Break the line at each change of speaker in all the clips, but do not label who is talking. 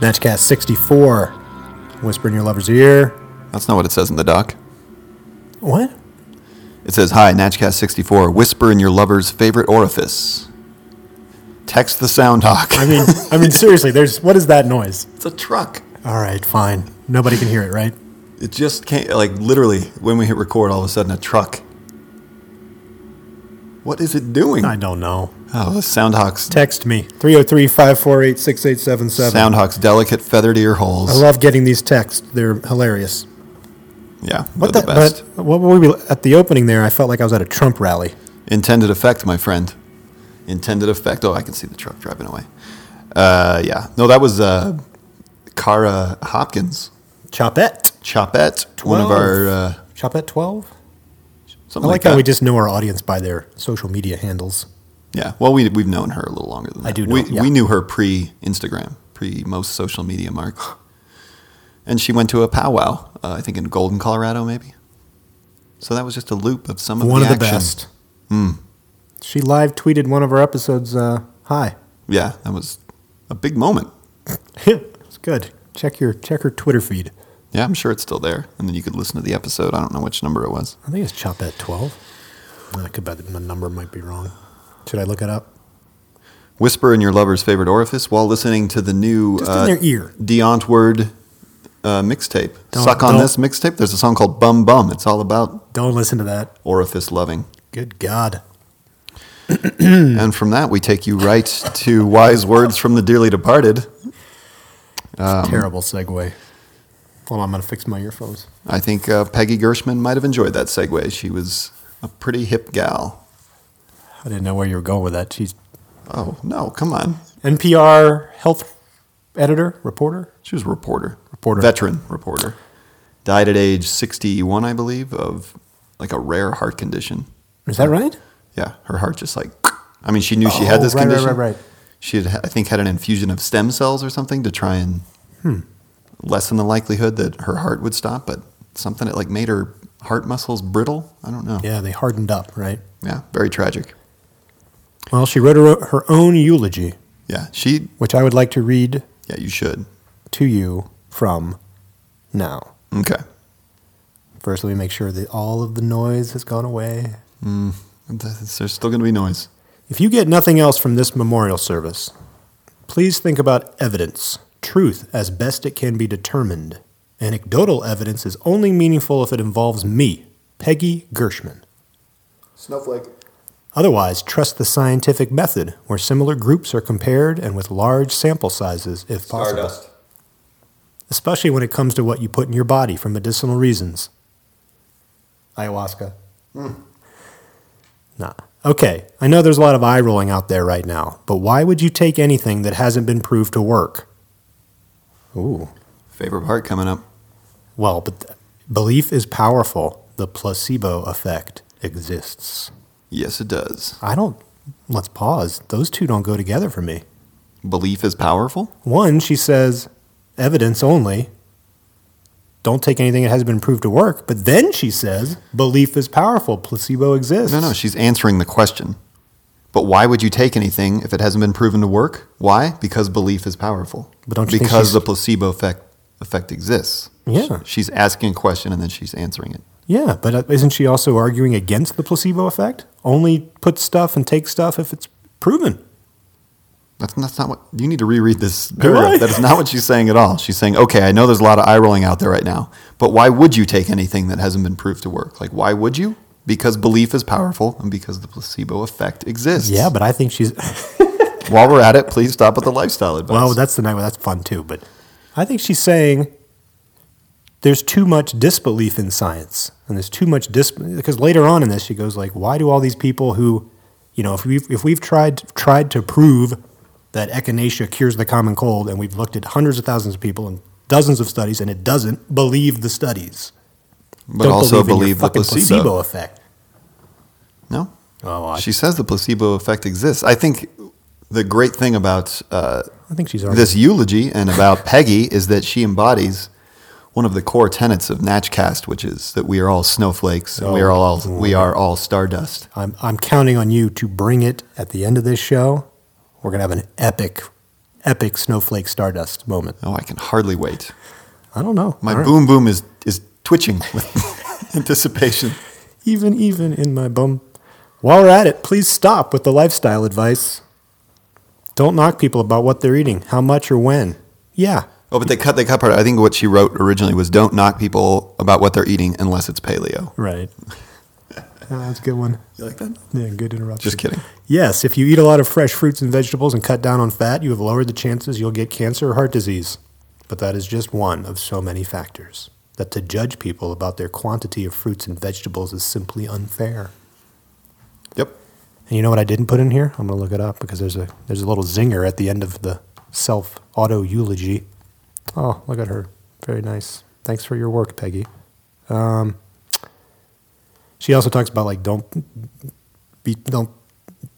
Matchcast 64. Whisper in your lover's ear.
That's not what it says in the doc.
What?
It says, Hi, Natchcast64, whisper in your lover's favorite orifice. Text the sound hawk.
I mean, I mean, seriously, there's what is that noise?
it's a truck.
All right, fine. Nobody can hear it, right?
It just can't, like, literally, when we hit record, all of a sudden a truck. What is it doing?
I don't know.
Oh, the sound hawk's,
Text me 303 548 6877.
sound hawk's delicate feathered ear holes.
I love getting these texts, they're hilarious.
yeah,
What
they're
the,
the, best.
But what were we at the opening there? I felt like I was at a Trump rally.
Intended effect, my friend. Intended effect. Oh, I can see the truck driving away. Uh, yeah. No, that was uh, Cara Hopkins.
Chopette.
Chopette, one of
Twelve.
our uh,
Chopette 12? I
something
like
like,
how
that.
we just know our audience by their social media handles.
yeah. Well, we we've known her a little longer than that.
do know,
we
yeah.
we knew her pre Instagram, pre most social media mark, and she went to a powwow. Uh, I think in Golden, Colorado, maybe. So that was just a loop of some of
One
the
of the
action.
best. Hmm. She live tweeted one of our episodes. Uh, hi.
Yeah, that was a big moment.
it's good. Check your check her Twitter feed.
Yeah, I'm sure it's still there, and then you could listen to the episode. I don't know which number it was.
I think it's Chop at twelve. I could bet the number might be wrong. Should I look it up?
Whisper in your lover's favorite orifice while listening to the new uh,
Just in their ear.
Deontward uh, mixtape.
Don't-
Suck on
don't-
this mixtape. There's a song called Bum Bum. It's all about
Don't listen to that.
orifice loving.
Good God. Hmm.
And from that, we take you right to wise words from the dearly departed.
Terrible segue. Hold on, I'm gonna fix my earphones.
I think uh, Peggy Gershman might have enjoyed that segue. She was a pretty hip gal.
I didn't know where you were going with that. She's
Oh, no, come on.
NPR health editor, reporter.
She was a reporter.
Reporter.
Veteran reporter. Died at age 61, I believe, of like a rare heart condition.
Is that right?
Yeah, her heart just like. I mean, she knew she had
Oh,
this
right, right,
condition.
right, right.
She had, I think, had an infusion of stem cells or something to try and
Hmm.
lessen the likelihood that her heart would stop, but something that like made her heart muscles brittle. I don't know.
Yeah, they hardened up, right?
Yeah, very tragic.
Well, she wrote her, her own eulogy,
Yeah, she.
which I would like to read
Yeah, you should.
to you from now.
Okay.
First, let me make sure that all of the noise has gone away.
There's there's still going to be noise.
If you get nothing else from this memorial service, please think about evidence, truth as best it can be determined. Anecdotal evidence is only meaningful if it involves me, Peggy Gershman.
Snowflake.
Otherwise, trust the scientific method where similar groups are compared and with large sample sizes if possible. especially when it comes to what you put in your body for medicinal reasons. Ayahuasca. Nah. Okay, I know there's a lot of eye rolling out there right now, but why would you take anything that hasn't been proved to work? Ooh.
Favorite part coming up.
Well, but th- belief is powerful. The placebo effect exists.
Yes, it does.
I don't. Let's pause. Those two don't go together for me.
Belief is powerful.
One, she says, evidence only. Don't take anything that hasn't been proved to work. But then she says, belief is powerful. Placebo exists.
No, no, she's answering the question. But why would you take anything if it hasn't been proven to work? Why? Because belief is powerful.
But don't you think
because
she's-
the placebo effect effect exists.
Yeah.
She's asking a question and then she's answering it.
Yeah, but uh, isn't she also arguing against the placebo effect? Only put stuff and take stuff if it's proven.
That's, that's not what you need to reread this
I?
paragraph. That is not what she's saying at all. She's saying, okay, I know there's a lot of eye rolling out there right now, but why would you take anything that hasn't been proved to work? Like, why would you? Because belief is powerful and because the placebo effect exists.
Yeah, but I think she's.
While we're at it, please stop with the lifestyle advice.
well, that's the night where that's fun too. But I think she's saying there's too much disbelief in science, and there's too much dis. Because later on in this, she goes like, "Why do all these people who, you know, if we've if we've tried tried to prove that echinacea cures the common cold, and we've looked at hundreds of thousands of people and dozens of studies, and it doesn't believe the studies,
but
Don't
also
in your
believe the
fucking
placebo.
effect."
No.
Oh, I,
She says the placebo effect exists. I think the great thing about uh,
I think she's already.
this eulogy and about Peggy is that she embodies one of the core tenets of Natchcast, which is that we are all snowflakes and we are all we are all stardust.
I'm I'm counting on you to bring it at the end of this show. We're gonna have an epic, epic snowflake stardust moment.
Oh, I can hardly wait.
I don't know.
My
All right.
boom boom is is twitching with anticipation.
even even in my bum. While we're at it, please stop with the lifestyle advice. Don't knock people about what they're eating, how much or when. Yeah,
Oh, but they cut they cut part. I think what she wrote originally was don't knock people about what they're eating unless it's paleo.
right. Oh, that's a good one.
You like that?
Yeah, good interruption.
Just kidding.
Yes, if you eat a lot of fresh fruits and vegetables and cut down on fat, you have lowered the chances you'll get cancer or heart disease. But that is just one of so many factors that to judge people about their quantity of fruits and vegetables is simply unfair.
Yep.
And you know what I didn't put in here? I'm going to look it up because there's a there's a little zinger at the end of the self auto eulogy. Oh, look at her. Very nice. Thanks for your work, Peggy. Um, she also talks about like don't be don't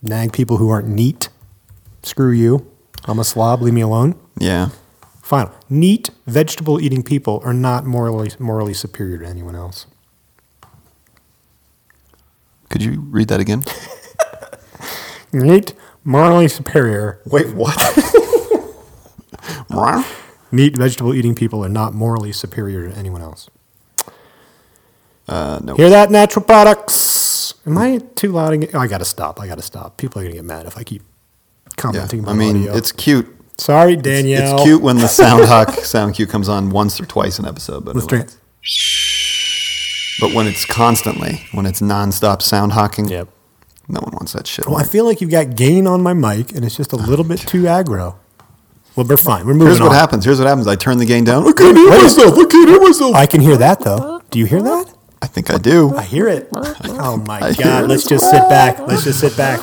nag people who aren't neat. Screw you. I'm a slob. Leave me alone.
Yeah.
Final. Neat vegetable eating people are not morally morally superior to anyone else.
Could you read that again?
Neat morally superior
Wait, what?
Meat, vegetable eating people are not morally superior to anyone else.
uh, no.
Hear that, natural products? Am I too loud again? Oh, I gotta stop. I gotta stop. People are gonna get mad if I keep
Yeah.
commenting.
I
my
mean,
audio.
it's cute.
sorry, Danielle.
It's cute when the sound hawk sound cue comes on once or twice an episode, but
Let's
no,
try it.
but when it's constantly, when it's nonstop sound hawking,
Yep.
no one wants that shit.
Well, I feel like you've got gain on my mic, and it's just a little bit too aggro. Well, we're fine. We're moving
Here's
on.
what happens. Here's what happens. I turn the gain down.
hear myself. I can't hear myself. I can hear that though. Do you hear that?
I think I do.
I hear it. Oh my
I hear
god!
it.
Let's just sit back. Let's just sit back.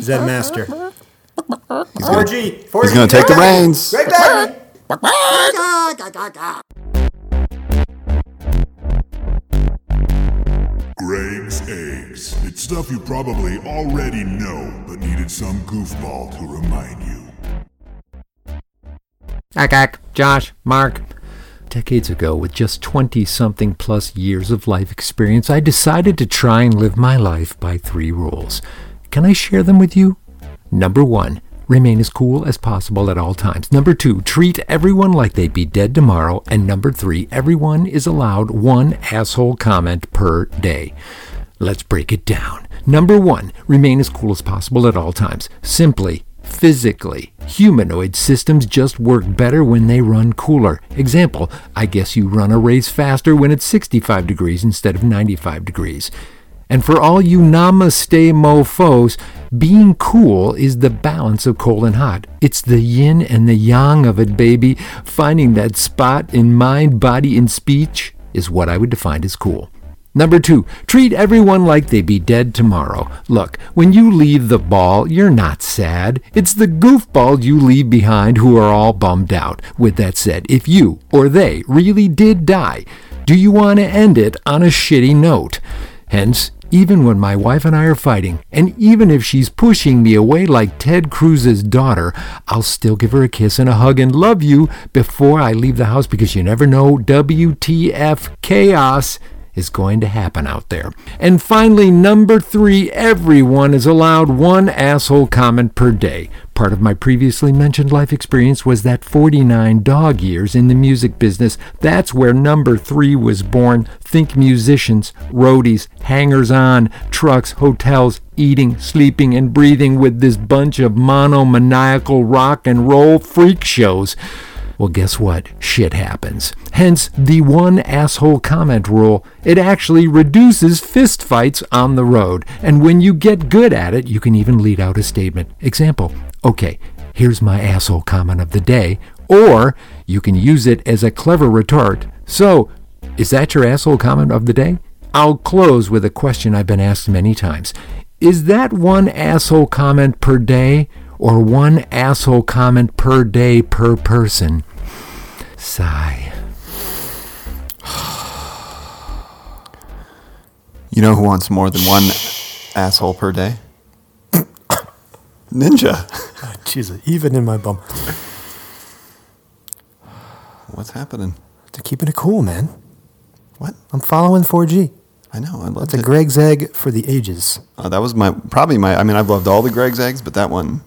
Zen master.
He's
Four
gonna,
G.
he's gonna take the reins.
Greg's Eggs. It's stuff you probably already know, but needed some goofball to remind you.
Ack, ack, Josh, Mark. Decades ago, with just 20 something plus years of life experience, I decided to try and live my life by three rules. Can I share them with you? Number one, remain as cool as possible at all times. Number two, treat everyone like they'd be dead tomorrow. And number three, everyone is allowed one asshole comment per day. Let's break it down. Number one, remain as cool as possible at all times. Simply, physically, humanoid systems just work better when they run cooler. Example, I guess you run a race faster when it's 65 degrees instead of 95 degrees. And for all you namaste mofos, being cool is the balance of cold and hot. It's the yin and the yang of it, baby. Finding that spot in mind, body, and speech is what I would define as cool. Number two, treat everyone like they be dead tomorrow. Look, when you leave the ball, you're not sad. It's the goofball you leave behind who are all bummed out. With that said, if you or they really did die, do you want to end it on a shitty note? Hence, even when my wife and I are fighting, and even if she's pushing me away like Ted Cruz's daughter, I'll still give her a kiss and a hug and love you before I leave the house because you never know WTF chaos is going to happen out there. And finally, number three, everyone is allowed one asshole comment per day. Part of my previously mentioned life experience was that 49 dog years in the music business. That's where number three was born. Think musicians, roadies, hangers on, trucks, hotels, eating, sleeping, and breathing with this bunch of monomaniacal rock and roll freak shows. Well, guess what? Shit happens. Hence the one asshole comment rule. It actually reduces fistfights on the road. And when you get good at it, you can even lead out a statement. Example Okay, here's my asshole comment of the day. Or you can use it as a clever retort. So, is that your asshole comment of the day? I'll close with a question I've been asked many times. Is that one asshole comment per day or one asshole comment per day per person? Sigh.
You know who wants more than one asshole per day? Ninja.
Jesus, Ah, even in my bum.
What's happening?
They're keeping it cool, man.
What?
I'm following 4G.
I know. I loved
It's a
it.
Greg's egg for the ages.
Uh, that was my probably my. I mean, I've loved all the Greg's eggs, but that one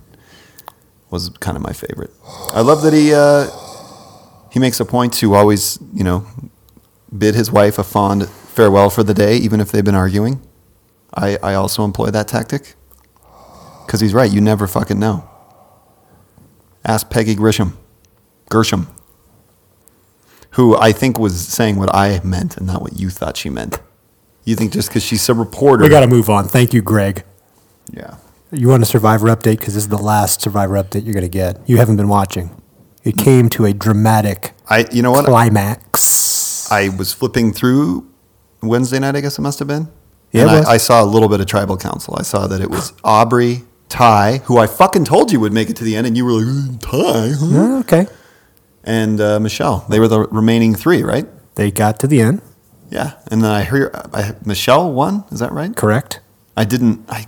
was kind of my favorite. I love that he uh, he makes a point to always, you know, bid his wife a fond farewell for the day, even if they've been arguing. I, I also employ that tactic because he's right. You never fucking know. Ask Peggy Grisham, Gershom, who I think was saying what I meant and not what you thought she meant. You think just because she's a reporter?
We got to move on. Thank you, Greg.
yeah.
You want a Survivor update because this is the last Survivor update you're going to get. You haven't been watching. It came to a dramatic
I you know what?
climax.
I was flipping through Wednesday night, I guess it must have been.
Yeah,
and
it was.
I, I saw a little bit of tribal council. I saw that it was Aubrey, Ty, who I fucking told you would make it to the end, and you were like, "Mm, Ty, huh?"
Oh, okay.
and uh, Michelle. They were the remaining three, right?
They got to the end,
Yeah. And then I hear I, Michelle won. Is that right?
correct?
I didn't. I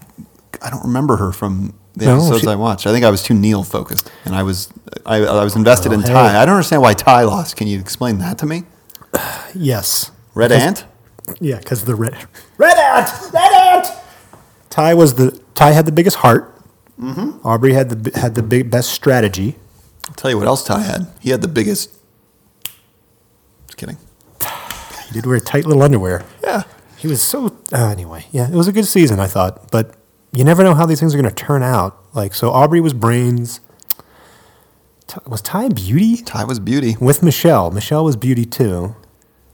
I don't remember her from the
No,
episodes
she-
I watched. I think I was too Neil focused, and I was I, I was invested in
Oh, hey.
Ty. I don't understand why Ty lost. Can you explain that to me?
Yes.
Red Ant.
Yeah, because the red red ant, red ant. Ty was the Ty had the biggest heart. Aubrey had the bi- had the big, best strategy.
I'll tell you what else Ty had. He had the biggest. Just kidding.
He did wear tight little underwear.
Yeah.
He was so uh, anyway. Yeah, it was a good season, I thought, but you never know how these things are going to turn out. Like so, Aubrey was brains. Ty, was Ty beauty
Ty was beauty.
with Michelle? Michelle was beauty too,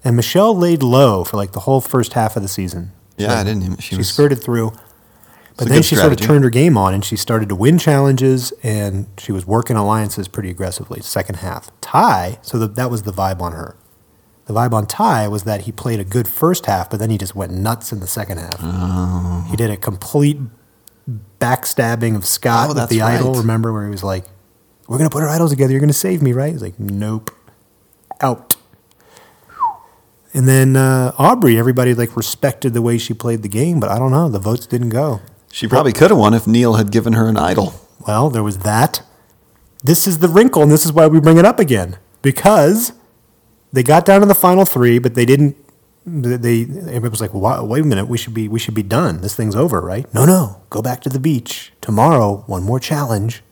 and Michelle laid low for like the whole first half of the season.
Yeah, I didn't even. She,
She
was.
skirted through. But
a
then
good
she sort of
strategy.
turned her game on and she started to win challenges and she was working alliances pretty aggressively, second half. Ty, so the, that was the vibe on her. The vibe on Ty was that he played a good first half, but then he just went nuts in the second half. He did a complete backstabbing of Scott
Oh,
with
that's
the idol,
right.
remember, where he was like, We're going to put our idols together. You're going to save me, right? He's like, Nope. Out. And then uh, Aubrey, everybody like respected the way she played the game, but I don't know, the votes didn't go.
She probably could have won if Neil had given her an idol.
Well, there was that. This is the wrinkle, and this is why we bring it up again because they got down to the final three, but they didn't. They everybody was like, "Why- "Wait a minute, we should be we should be done. This thing's over, right?" No, no, go back to the beach tomorrow. One more challenge.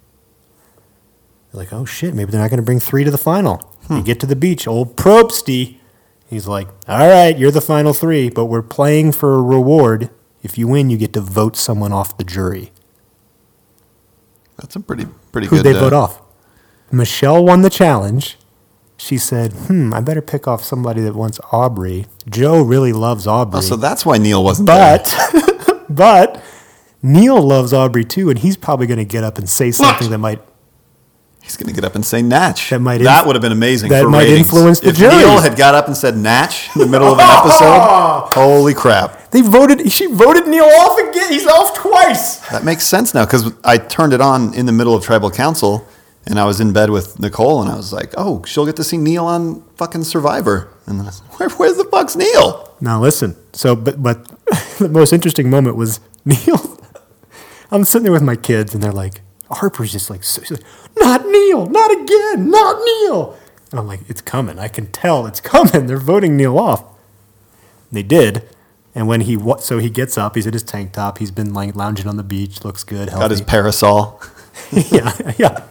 They're like, "Oh shit, maybe they're not going to bring three to the final." You get to the beach, old Probsty. He's like, "All right, you're the final three, but we're playing for a reward. If you win, you get to vote someone off the jury."
That's a pretty pretty
Who'd
good.
they
uh,
vote off? Michelle won the challenge. She said, "Hmm, I better pick off somebody that wants Aubrey." Joe really loves Aubrey,
Oh, so that's why Neil wasn't there.
but but Neil loves Aubrey too, and he's probably going to get up and say something that might
He's going to get up and say Natch.
That might
that
inf-
would have been amazing.
that
for
might
ratings.
influence the
if
jury.
Neil had got up and said Natch in the middle of an episode, holy crap!
they voted. She voted Neil off again. He's off twice.
That makes sense now because I turned it on in the middle of Tribal Council, and I was in bed with Nicole, and I was like, "Oh, she'll get to see Neil on fucking Survivor." And then I was like, Where, "Where the fuck's Neil?"
Now listen. So, but but the most interesting moment was Neil. I'm sitting there with my kids, and they're like, Harper's just like, so- she's like, not Neil, not again, not Neil. And I'm like, it's coming. I can tell it's coming. They're voting Neil off. They did. And when he what, so he gets up, he's in his tank top. He's been lying, lounging on the beach, looks good, healthy.
Got his parasol.
yeah, yeah.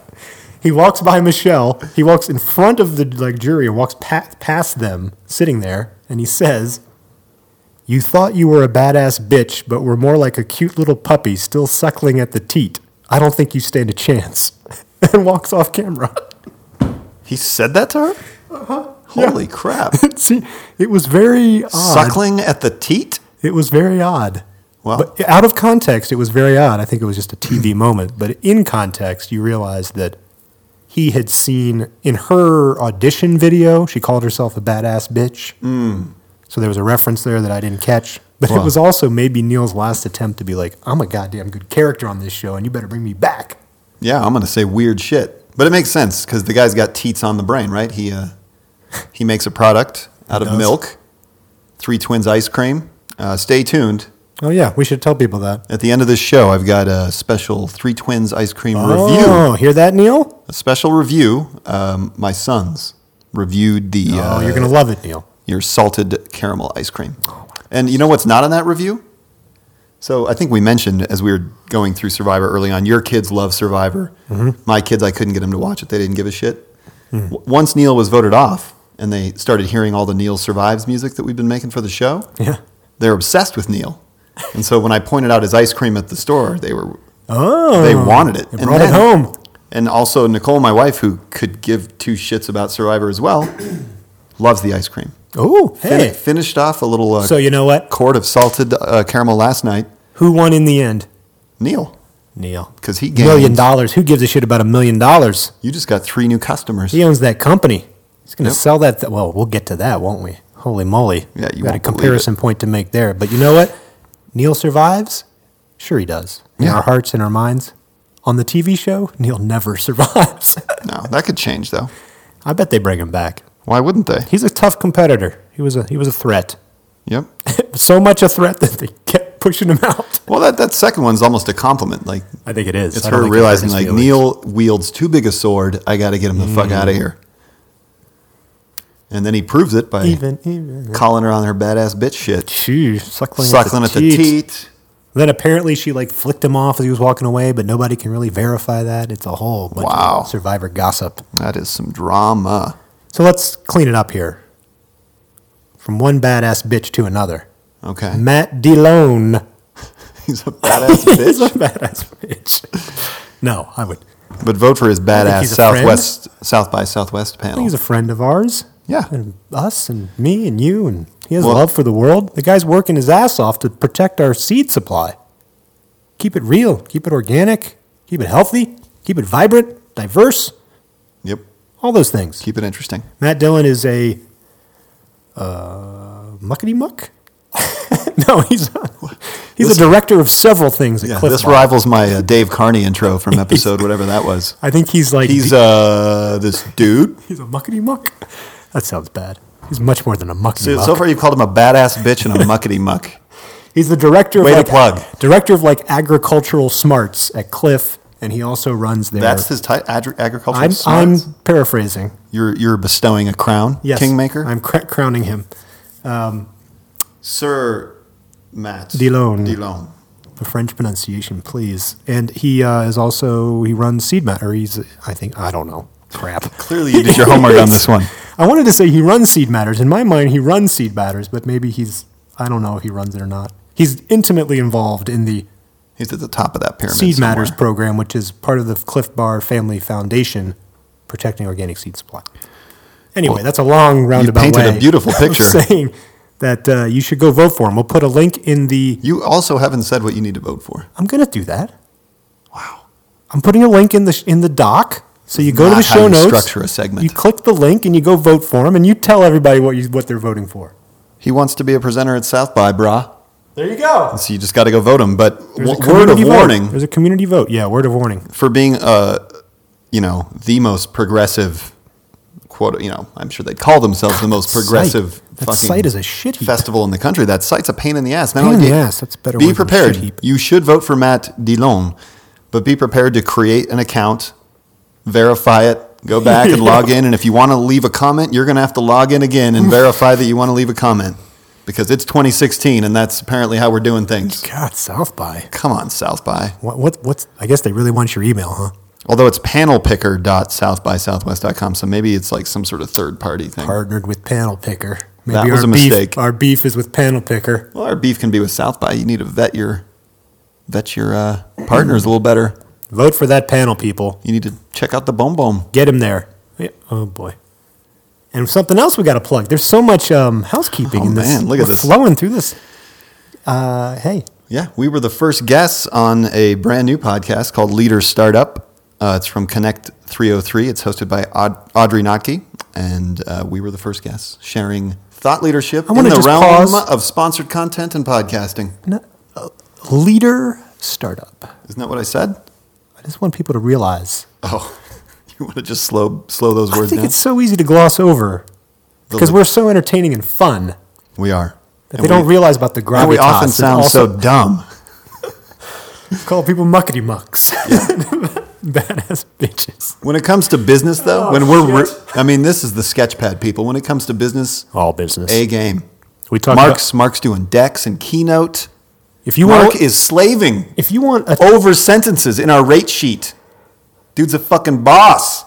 He walks by Michelle. He walks in front of the like jury and walks pa- past them, sitting there, and he says, "You thought you were a badass bitch, but were more like a cute little puppy still suckling at the teat. I don't think you stand a chance." and walks off camera.
He said that to her.
Uh-huh.
Holy crap!
See, it was very odd.
Suckling at the teat.
It was very odd.
Wow.
But out of context, it was very odd. I think it was just a TV moment. But in context, you realize that he had seen in her audition video, she called herself a badass bitch. So there was a reference there that I didn't catch. But it
Wow.
was also maybe Neil's last attempt to be like, I'm a goddamn good character on this show, and you better bring me back.
Yeah, I'm gonna say weird shit, but it makes sense because the guy's got teats on the brain, right? He uh, he makes a product out of
does.
milk, Three Twins ice cream. Uh, stay tuned.
Oh, yeah. We should tell people that.
At the end of this show, I've got a special Three Twins ice cream review.
Oh, hear that, Neil?
A special review. Um, my sons reviewed the
Oh,
uh,
you're going to love it, Neil.
your salted caramel ice cream. And you know what's not in that review? So I think we mentioned as we were going through Survivor early on, your kids love Survivor.
Mm-hmm.
My kids, I couldn't get them to watch it. They didn't give a shit.
Hmm.
W- Once Neil was voted off and they started hearing all the Neil Survives music that we've been making for the show,
Yeah.
they're obsessed with Neil. And so when I pointed out his ice cream at the store, they were
Oh.
they wanted it.
They
And
brought it
then-
home.
And also Nicole, my wife, who could give two shits about Survivor as well, loves the ice cream.
Oh,
Fin-
hey.
finished off a little uh,
So you know what?
quart of salted uh, caramel last night.
Who won in the end?
Neil,
Neil.
because he gained
Million dollars. Who gives a shit about a million dollars?
You just got three new customers.
He owns that company. He's going to
Yep.
sell that. Th- well, we'll get to that, won't we? Holy moly.
Yeah,
got a
you won't believe
comparison point to make there. But you know what? Neil survives? Sure, he does. In
Yeah.
our hearts and our minds. On the TV show, Neil never survives.
No, that could change though.
I bet they bring him back.
Why wouldn't they?
He's a tough competitor. He was a he was a threat.
Yep.
So much a threat that they kept pushing him out.
Well, that, that second one's almost a complpliment. Like
I think it is.
it's
I don't
her
think it
realizing,
hurts
like
feelings.
Neil wields too big a sword. I got to get him the fuck
Mm.
out of here. And then he proves it by
even even
calling her on her badass bitch shit,
Jeez, suckling,
suckling at the teat.
Then apparently she like flicked him off as he was walking away, but nobody can really verify that. It's a whole bunch
Wow.
of survivor gossip.
That is some drama.
So let's clean it up here. From one badass bitch to another.
Okay,
Matt DeLone
he's a badass
is a
bitch.
badass bitch. No, I would. I
But vote for his badass
he's a friend.
Southwest South by Southwest
think
panel.
he's a friend of ours.
Yeah.
And us and me and you and he has
Well-
love for the world. The guy's working his ass off to protect our seed supply. Keep it real, keep it organic, keep it healthy, keep it vibrant, diverse,
yep.
all those things.
Keep it interesting.
Matt Dillon is a uh, muckety muck. no, he's not. he's a director of several things at
Yeah,
Cliff
this
Bar.
rivals my uh, Dave Carney intro from episode whatever that was.
I think he's like
He's uh this dude.
he's a muckety muck. That sounds bad. He's much more than a muckety
So,
muck.
so far, you've called him a badass bitch and a muckety muck.
He's the director of
Way to
like,
plug.
director of like agricultural smarts at Cliff, and he also runs their.
That's his title. Agri- agricultural.
I'm, I'm
smarts?
paraphrasing.
you're you're bestowing a crown,
Yes,
kingmaker,
I'm cr- crowning him.
Sir Matt
Dillon.
Dillon.
The French pronunciation, please. And he uh, is also he runs Seed Matter. He's I think I don't know. Crap.
Clearly, you did your homework on this one.
I wanted to say he runs Seed Matters. In my mind, he runs Seed Matters, but maybe he's I don't know if he runs it or not. He's intimately involved in the
He's at the top of that pyramid.
Seed
somewhere.
Matters program, which is part of the Cliff Bar Family Foundation, protecting organic seed supply. Anyway, that's a long roundabout
painted a
way
beautiful
of
picture.
saying that uh, you should go vote for him. We'll put a link in the.
You also haven't said what you need to vote for.
I'm going to do that. Wow. I'm putting a link in the sh- in the doc. So you go to
Not
the
how
show
you
notes.
structure a segment.
You click the link and you go vote for him, and you tell everybody what you what they're voting for.
He wants to be a presenter at South by, brah.
There you go.
So you just got to go vote him. But
There's a
w- word of
community vote.
warning
There's a community vote. Yeah, word of warning.
for being uh, you know, the most progressive quote. You know, I'm sure they'd call themselves the most progressive.
site. That
fucking
site is a shit heap.
festival in the country. That site's a pain in the ass. Not
Pain
only
in
do
the
you-
ass, that's a better
Be
word than
prepared.
shit heap.
You should vote for Matt Dillon, but be prepared to create an account, verify it. Go back and log in, and if you want to leave a comment, you're going to have to log in again and verify that you want to leave a comment because it's 2016, and that's apparently how we're doing things.
God, South by.
Come on, South by.
What, what what's? I guess they really want your email, huh?
Although it's panelpicker.southbysouthwest.com, so maybe it's like some sort of third party thing.
partnered with Panel Picker. Maybe
That was
our
a
beef,
mistake.
Our beef is with Panel Picker.
Well, our beef can be with South by. You need to vet your vet your uh, partners a little better.
Vote for that panel, people.
You need to check out the boom boom.
Get him there. Yeah. Oh boy. And something else we got to plug. There's so much um, housekeeping
Oh,
in this.
man, look at
We're
this.
flowing through this. Uh, hey,
Yeah, we were the first guests on a brand new podcast called Leaders Startup. Uh, it's from Connect 303. It's hosted by Aud- Audrey Notke, and uh, we were the first guests sharing thought leadership in
wanna
the
just
realm
pause.
of sponsored content and podcasting.
uh, leader startup.
Isn't that what I said?
I just want people to realize.
Oh, you want to just slow slow those words
I think
down?
it's so easy to gloss over
The
because
le-
we're so entertaining and fun that
we are.
they don't
we,
realize about the gravitas.
and we often
It's
sound
also
so dumb.
call people muckety mucks, badass bitches.
When it comes to business, though, when we're, re- I mean, this is the sketchpad people. When it comes to business,
All business.
a game.
We talked
Mark's Mark's doing decks and keynote.
If you
Mark
want,
is slaving
if you want a
over sentences in our rate sheet. Dude's a fucking boss.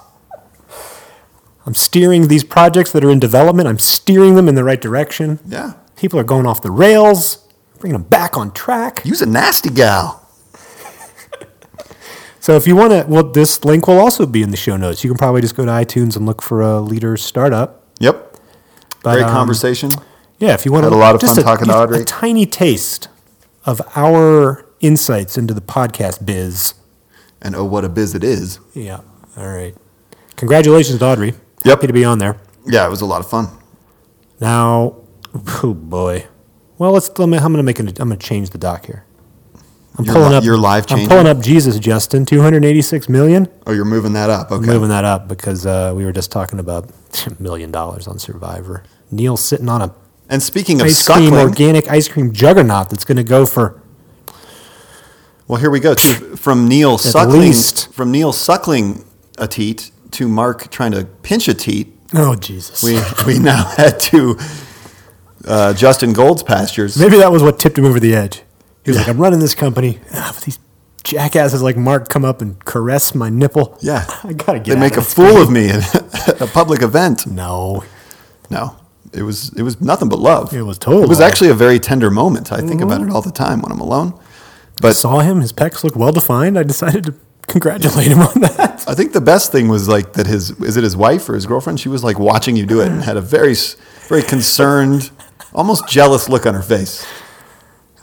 I'm steering these projects that are in development. I'm steering them in the right direction.
Yeah.
People are going off the rails, bringing them back on track.
You's a nasty gal.
So if you want to, well, this link will also be in the show notes. You can probably just go to iTunes and look for a leader startup.
Yep.
But,
Great
um,
conversation.
Yeah, if you want
Had
to,
a lot of fun talking to
just
Audrey.
A tiny taste of our insights into the podcast biz.
And oh, what a biz it is.
Yeah. All right. Congratulations, to Audrey.
Yep.
Happy to be on there.
Yeah, it was a lot of fun.
Now, oh boy. Well, let's. Let me, I'm going to make. An, I'm going to change the doc here. I'm
Your
pulling
li-
up
your live
I'm
change
pulling up Jesus Justin 286 million.
Oh, you're moving that up. Okay.
I'm moving that up because uh, we were just talking about million dollars on Survivor. Neil sitting on a
And speaking of
ice cream
suckling,
organic ice cream juggernaut that's going to go for
well, here we go. To, from Neil suckling,
least.
from Neil suckling a teat to Mark trying to pinch a teat.
oh Jesus.
We we now had to uh, Justin Gold's pastures.
Maybe that was what tipped him over the edge. He was like, "I'm running this company. Ah, but these jackasses like Mark come up and caress my nipple.
Yeah,
I gotta get.
They
out
make a
of this.
fool of me at a public event.
No,
No, it was it was nothing but love.
It was total
It was
love. Mm-hmm.
actually a very tender moment. I think about it all the time when I'm alone. But
saw him. His pecs look well defined. I decided to congratulate him on that.
I think the best thing was like that his is it his wife or his girlfriend? She was like watching you do it and had a very s- very concerned, almost jealous look on her face.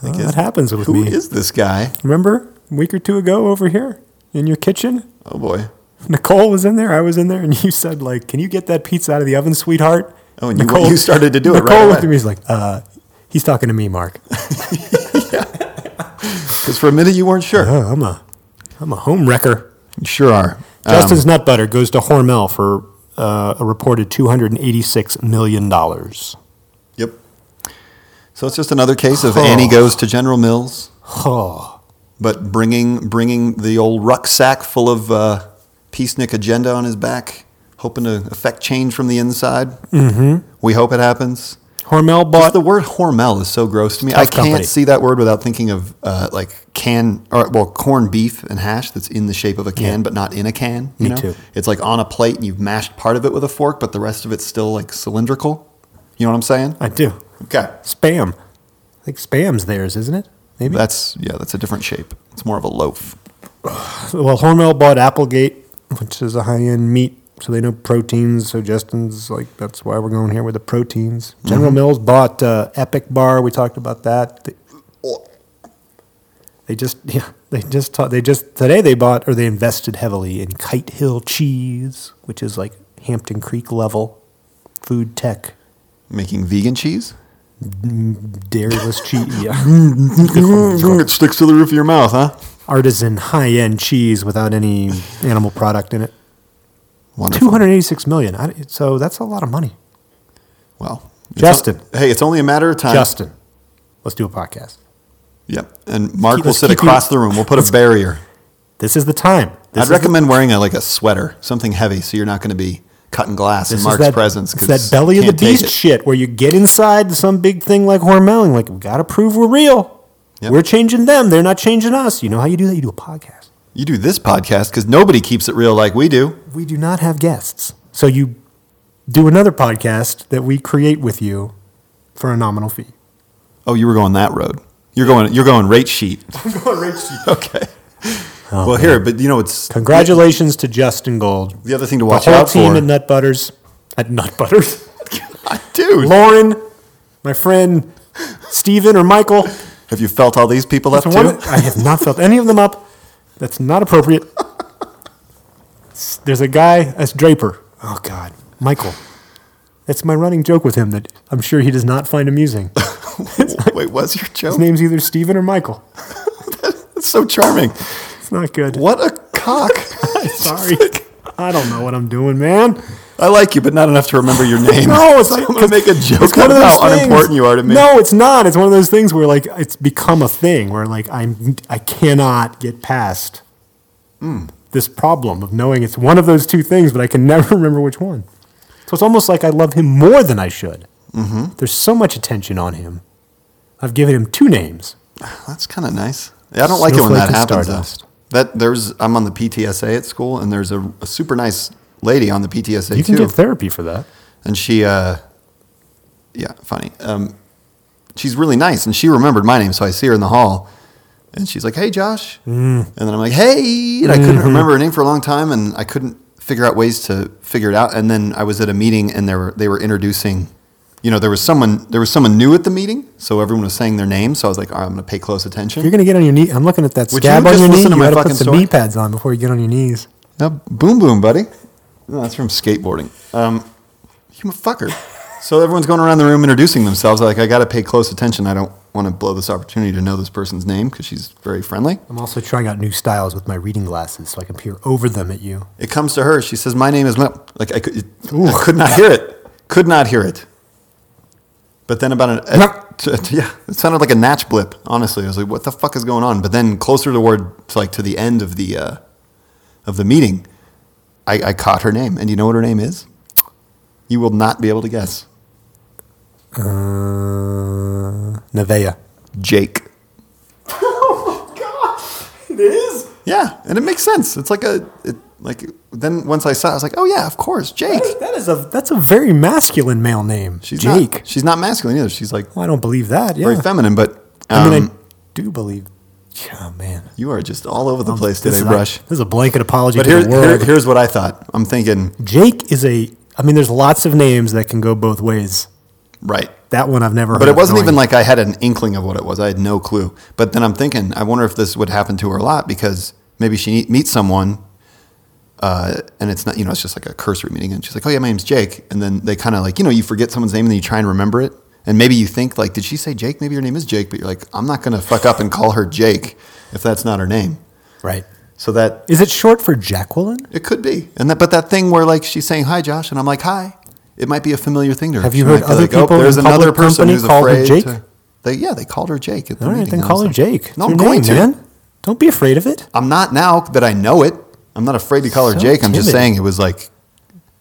Well, that happens with
Who
me.
is this guy?
Remember a week or two ago over here in your kitchen,
Oh boy.
Nicole was in there. I was in there, and you said like, "Can you get that pizza out of the oven, sweetheart?"
Oh, and you- you started to do it right
Nicole looked
away.
at me. He's like, "Uh, he's talking to me, Mark.
Because for a minute you weren't sure.
Oh, I'm a, I'm a home wrecker."
You sure are. Um,
Justin's nut butter goes to Hormel for uh, a reported two hundred and eighty-six million dollars.
yep. So it's just another case of Annie goes to General Mills,
Oh,
but bringing bringing the old rucksack full of uh, peacenik agenda on his back, hoping to affect change from the inside. Mm-hmm. We hope it happens.
Hormel
Just
bought.
the word Hormel is so gross to me. I
Tough
can't
company.
see that word without thinking of uh, like can or well corned beef and hash that's in the shape of a can, but not in a can.
Me
You know?
too.
It's like on a plate and you've mashed part of it with a fork, but the rest of it's still like cylindrical. You know what I'm saying?
I do.
Okay,
Spam. I think spam's theirs, isn't it? Maybe.
that's yeah, that's a different shape. It's more of a loaf.
Well, Hormel bought Applegate, which is a high-end meat, so they know proteins. So Justin's like, that's why we're going here with the proteins. General Mills bought uh, Epic Bar. We talked about that. They, they just, yeah, they just, ta- they just today they bought or they invested heavily in Kite Hill Cheese, which is like Hampton Creek level food tech,
Making vegan cheese.
dairyless cheese, yeah.
Mm-hmm. it sticks to the roof of your mouth, huh?
artisan high-end cheese without any animal product in it.
Wonderful.
Two hundred eighty-six million. I, so that's a lot of money.
Well, it's
Justin.
o- hey, it's only a matter of time.
Justin, let's do a podcast.
Yep. And Mark
Keep-
will
let's
sit
keep you-
across the room. We'll put a barrier.
This is the time. This
I'd
is
recommend wearing a, like a sweater, something heavy, so you're not going to be cutting glass
the,
in
this
Mark's
is that,
presence.
It's
'cause
that belly of the
can't take
beast
it.
shit where you get inside some big thing like Hormel and like we got to prove we're real.
Yep.
We're changing them. They're not changing us. You know how you do that? You do a podcast.
You do this podcast because nobody keeps it real like we do.
We do not have guests, so you do another podcast that we create with you for a nominal fee.
Oh, you were going that road. You're going. You're going rate sheet. okay.
Oh,
well, here, but you know it's
Congratulations to Justin Gold.
The other thing to
The
watch
whole
out
team
for-
at Nut Butters, at Nut Butters.
dude.
Lauren, my friend Steven or Michael.
Have you felt all these people up
That's one-
to?
I have not felt any of them up. That's not appropriate. S- There's a guy, that's Draper. Oh, God. Michael. That's my running joke with him that I'm sure he does not find amusing.
Wait, was your
His
joke?
name's either Steven or Michael.
That's so charming.
It's not good.
What a cock. It's just
Sorry.
like,
I don't know what I'm doing, man.
I like you, but not enough to remember your name.
No, it's
So
like
I'm gonna make a joke
It's one
about
of those
how
things-
unimportant you are to me.
No, it's not. It's one of those things where like it's become a thing where like I'm I cannot get past
Hmm.
this problem of knowing it's one of those two things, but I can never remember which one. So it's almost like I love him
Mm-hmm.
more than I should. There's so much attention on him. I've given him two names.
That's kind of nice. I don't like it when
Snowflake
that
and
happens. though.
Stardust.
That there's I'm on the PTSA at school, and there's a, a super nice lady on the PTSA
you
too.
can get therapy for that.
and she uh yeah funny um she's really nice and she remembered my name so i see her in the hall and she's like hey josh
Mm.
and then i'm like hey and i
Mm-hmm.
couldn't remember her name for a long time and i couldn't figure out ways to figure it out and then i was at a meeting and there were they were introducing you know there was someone there was someone new at the meeting so everyone was saying their name so i was like all right, i'm going to pay close attention
You're gonna get on your knee. I'm looking at that
Would
scab
you
on
just
your knee.
listen to
You
my
gotta put
fucking
some
story?
knee pads on before you get on your knees.
No, boom, boom, buddy. No, that's from skateboarding. Um, you fucker. So everyone's going around the room introducing themselves. Like, I got to pay close attention. I don't want to blow this opportunity to know this person's name because she's very friendly.
I'm also trying out new styles with my reading glasses so I can peer over them at you.
It comes to her. She says, "My name is Mel." Like I could, it- I could not hear it. Could not hear it. But then about an
Mlep.
t- t- yeah, it sounded like a natch blip. Honestly, I was like, "What the fuck is going on?" But then closer toward to, like to the end of the uh, of the meeting, I, I caught her name, and you know what her name is? You will not be able to guess.
Uh, Nevea.
Jake. Oh my god, it is. Yeah, and it makes sense. It's like a it, like then once I saw, it, I was like, "Oh yeah, of course, Jake."
That is a that's a very masculine male name.
She's
Jake.
Not, she's not masculine either. She's like
Well, I don't believe that. Yeah.
very feminine, but
I mean, I
um,
do believe. Oh man,
you are just all over the place
this
today,
is
Brush.
A, this is a blanket apology
but
to
here,
the
here-
world.
here's what I thought. I'm thinking,
Jake is a. I mean, there's lots of names that can go both ways.
right.
That one I've never.
But it wasn't even like I had an inkling of what it was. I had no clue. But then I'm thinking, I wonder if this would happen to her a lot because maybe she meets someone uh, and it's not, you know, it's just like a cursory meeting. And she's like, oh, yeah, my name's Jake. And then they kind of like, you know, you forget someone's name and then you try and remember it. And maybe you think, like, did she say Jake? Maybe her name is Jake. But you're like, I'm not going to fuck up and call her Jake if that's not her name.
right.
So that
Is it short for Jacqueline?
It could be, and that, but that thing where like she's saying hi, Josh, and I'm like hi. It might be a familiar thing to her.
Have you
She
heard
might feel oh,
other people in
there's
public
another person
company
who's
call her
afraid
Jake?"
to- they, yeah, they called her Jake. At the
All right,
meeting,
then
and I
call
was
her
like,
Jake. It's
No,
your
I'm going
name,
to.
man. Don't be afraid of it.
I'm not now that I know it. I'm not afraid to call her
So
Jake. I'm just
timid.
saying it was like,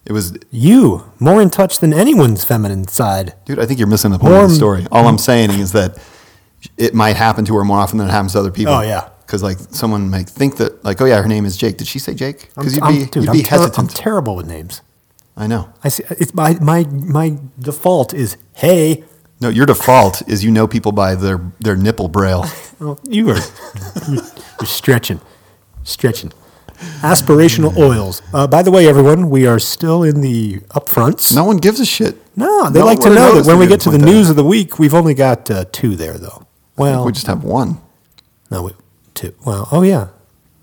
it was,
You more in touch than anyone's feminine side.
dude. I think you're missing the point of
Warm-
the story. All I'm saying is that it might happen to her more often than it happens to other people.
Oh, yeah.
because like someone might think that like, oh yeah, her name is Jake. Did she say Jake? Because you'd
I'm-
be,
dude,
you'd
I'm
be
ter- I'm
hesitant.
terrible with names.
I know.
I see. It's my my my default is hey.
No, your default is you know people by their their nipple braille.
Oh, you are you're stretching, stretching. Aspirational oils. Uh, by the way, everyone, we are still in the upfronts.
No one gives a shit.
no, they
one
like to
would've
know that
noticed
when
if
we
you
get to the
didn't point
news
that
of the week, we've only got uh, two there though.
out. I think
Well,
we just have one.
no, we, two. Well, oh yeah,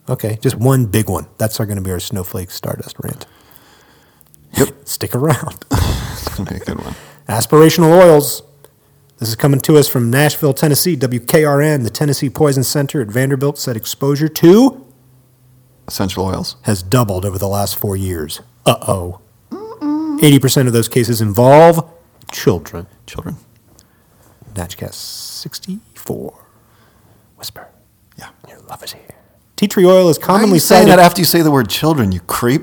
okay, just one big one. That's going to be our snowflake stardust rant.
Yep,
Stick around.
it's gonna be a good one.
Aspirational Oils. This is coming to us from Nashville, Tennessee. WKRN, the Tennessee Poison Center at Vanderbilt, said exposure to
Essential oils.
has doubled over the last four years. Uh oh. 80% of those cases involve children.
Children.
Natchcast 64. Whisper.
Yeah.
Your love is here. Tea tree oil is
Why are
commonly
you saying
cited.
that after you say the word children, you creep?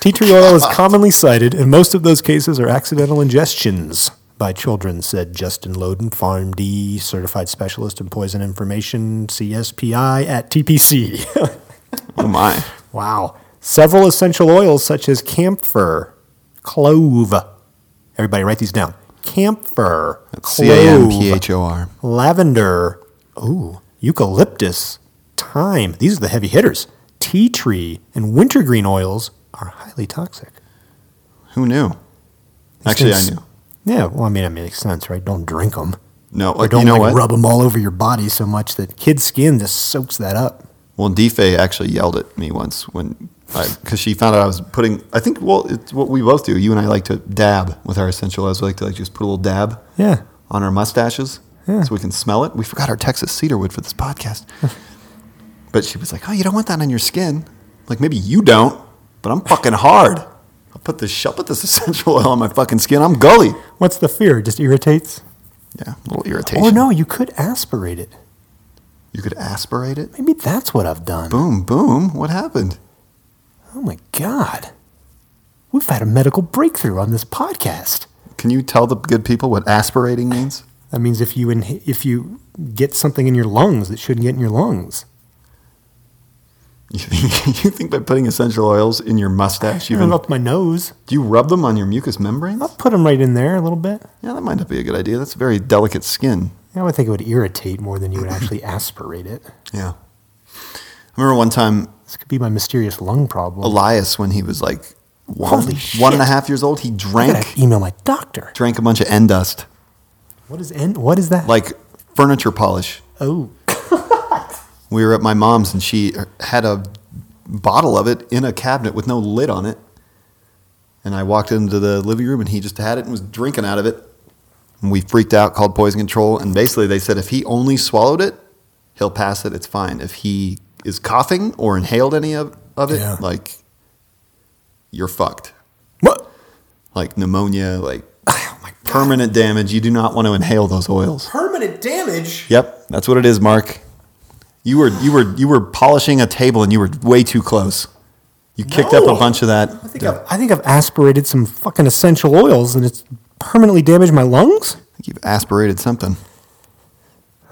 Tea tree oil is commonly cited, and most of those cases are accidental ingestions by children, said Justin Loden, PharmD, certified specialist in poison information, CSPI at TPC.
Oh my.
wow. Several essential oils such as camphor, clove. Everybody write these down. Camphor,
C A M
clove,
P H O R.
lavender, ooh, eucalyptus, thyme. These are the heavy hitters. Tea tree and wintergreen oils are highly toxic.
Who knew? Actually, I
things-
knew.
Yeah, well, I mean, it makes sense, right? Don't drink them.
No,
Or
like,
don't
you know
like,
what?
rub them all over your body so much that kid's skin just soaks that up.
Well, Defe actually yelled at me once when because she found out I was putting. I think well, it's what we both do. You and I like to dab with our essential oils. We like to like just put a little dab.
Yeah.
On our mustaches,
Yeah.
so we can smell it. We forgot our Texas cedarwood for this podcast. but she was like, "Oh, you don't want that on your skin." Like maybe you don't, but I'm fucking hard. I'll put this. sh- I'll put this essential oil on my fucking skin. I'm gully.
What's the fear? It just irritates?
Yeah, a little irritation.
Or Oh, no, you could aspirate it.
you could aspirate it.
Maybe that's what I've done.
Boom, boom. What happened?
Oh my God. We've had a medical breakthrough on this podcast.
Can you tell the good people what aspirating means?
That means if you in, if you get something in your lungs that shouldn't get in your lungs.
You think, you think by putting essential oils in your mustache,
You
even
up my nose.
do you rub them on your mucous membranes?
I'll put them right in there a little bit.
Yeah, that might not be a good idea. That's very delicate skin.
I would think it would irritate more than you would actually aspirate it.
Yeah. I remember one time
This could be my mysterious lung problem.
Elias, when he was like one,
Holy
one and a
shit.
half years old, he
I
drank
gotta email my doctor.
drank a bunch of end dust,
What is N? What is that?
like furniture polish.
oh,
We were at my mom's, and she had a bottle of it in a cabinet with no lid on it. And I walked into the living room, and he just had it and was drinking out of it. And we freaked out, called poison control, and basically they said if he only swallowed it, he'll pass it. It's fine. If he is coughing or inhaled any of, of it,
Yeah.
like you're fucked.
what?
like pneumonia, like permanent damage. You do not want to inhale those oils.
Permanent damage.
Yep, that's what it is, Mark. You were you were you were polishing a table and you were way too close. You kicked
No.
up a bunch of that.
I think, I've, I think I've aspirated some fucking essential oils and it's permanently damaged my lungs.
I think you've aspirated something.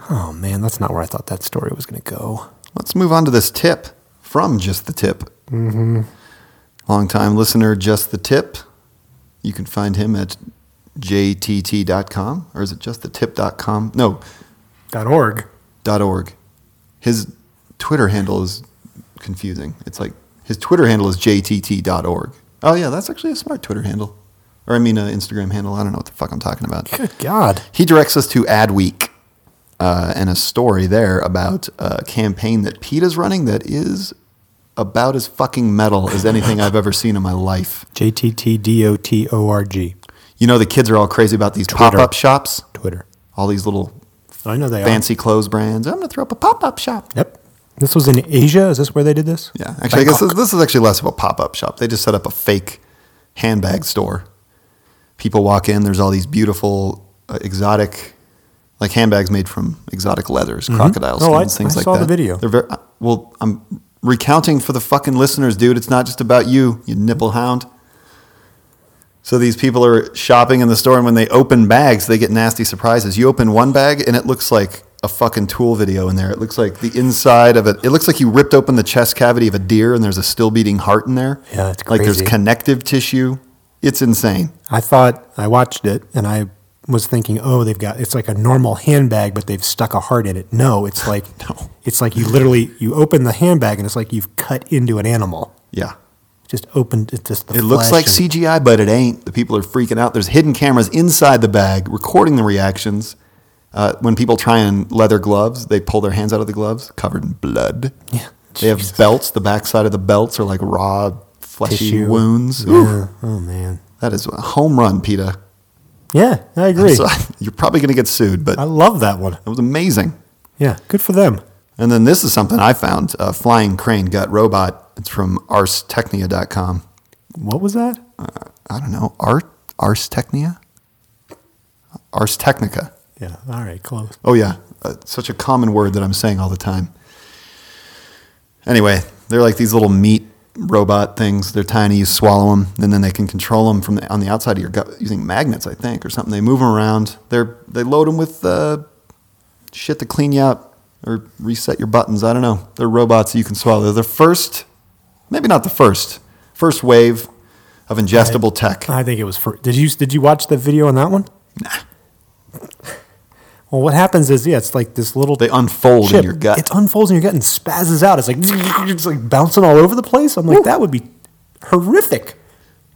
Oh man, that's not where I thought that story was going to go.
Let's move on to this tip from just the tip. Mm-hmm. Long time listener, just the tip. You can find him at jtt.com or is it just the tip.com? No,
Dot org.
org. His Twitter handle is confusing. It's like his Twitter handle is jtt.org. Oh yeah, that's actually a smart Twitter handle, or I mean, an Instagram handle. I don't know what the fuck I'm talking about.
Good God.
He directs us to Adweek uh, and a story there about a campaign that Pete is running that is about as fucking metal as anything I've ever seen in my life.
J-T-T-D-O-T-O-R-G.
You know, the kids are all crazy about these
Twitter.
pop-up shops,
Twitter.
all these little
I know they
fancy clothes brands. I'm gonna throw up a pop-up shop.
are. Yep. This was in Asia. Is this where they did this?
Yeah, actually, I guess this, this is actually less of a pop up shop. They just set up a fake handbag store. People walk in. There's all these beautiful, uh, exotic, like handbags made from exotic leathers, crocodile skins,
Oh, I-
things
I
like
saw the
that.
video.
They're very uh, well. I'm recounting for the fucking listeners, dude. It's not just about you, you nipple hound. So these people are shopping in the store, and when they open bags, they get nasty surprises. You open one bag, and it looks like a fucking tool video in there. It looks like the inside of it. It looks like you ripped open the chest cavity of a deer, and there's a still beating heart in there.
Yeah, it's
like there's
crazy.
connective tissue. It's insane.
I thought, I watched it and I was thinking, oh, they've got, it's like a normal handbag, but they've stuck a heart in it. No, it's like,
No.
it's like you literally, you open the handbag and it's like you've cut into an animal.
Yeah,
Just opened, it's just the
it looks
flesh
like
and-
CGI, but it ain't. The people are freaking out. There's hidden cameras inside the bag recording the reactions. Uh, when people try and leather gloves, they pull their hands out of the gloves covered in blood.
Yeah.
They have belts. The backside of the belts are like raw, fleshy
Tissue.
wounds.
Yeah.
Oof.
Oh man.
That is a home run, PETA.
Yeah, I agree.
So, you're probably going to get sued, but
I love that one.
it was amazing.
Yeah, good for them.
And then this is something I found a flying crane gut robot. It's from arstechnia.com.
What was that?
I don't know. Art? Arstechnia? Ars Technica.
Yeah. All right. Close.
Oh, yeah. Uh, such a common word that I'm saying all the time. Anyway, they're like these little meat robot things. They're tiny. You swallow them, and then they can control them from the, on the outside of your gut using magnets, I think, or something. They move them around. They're they load them with uh, shit to clean you out or reset your buttons. I don't know. They're robots that you can swallow. They're the first, maybe not the first, first wave of ingestible tech.
I think it was for. Did you Did you watch the video on that one? Nah. Well, what happens is, yeah, it's like this little
They unfold
chip.
in your gut.
It unfolds in your gut and spazzes out. It's like it's like bouncing all over the place. I'm like, that would be horrific.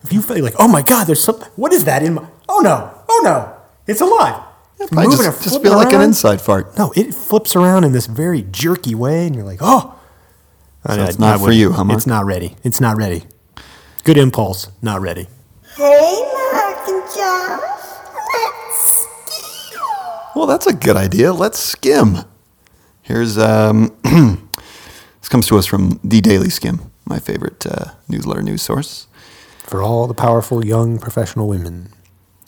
If you feel like, oh my god, there's something. What is that in my? Oh no! Oh no! It's alive.
Probably
Moving and
just, just
flipping
feel like an
around.
inside fart.
No, it flips around in this very jerky way, and you're like, oh.
So it's not for you, huh, Mark?
It's not ready. It's not ready. Good impulse, not ready.
Hey, Mark and Josh, let's steal.
Well, that's a good idea. Let's skim. Here's um, this comes to us from the Daily Skim, my favorite uh, newsletter news source.
For all the powerful young professional women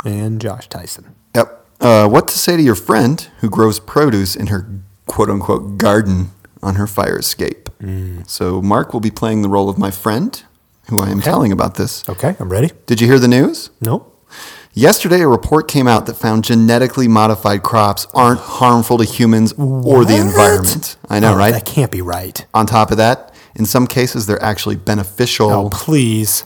and Josh Tyson.
Yep. Uh, what to say to your friend who grows produce in her quote unquote garden on her fire escape?
Mm.
So Mark will be playing the role of my friend, who I am telling about this.
Okay, I'm ready.
Did you hear the news?
Nope.
Yesterday, a report came out that found genetically modified crops aren't harmful to humans or the
What?
environment. I know,
Oh,
right?
That can't be right.
On top of that, in some cases, they're actually beneficial.
Oh, please.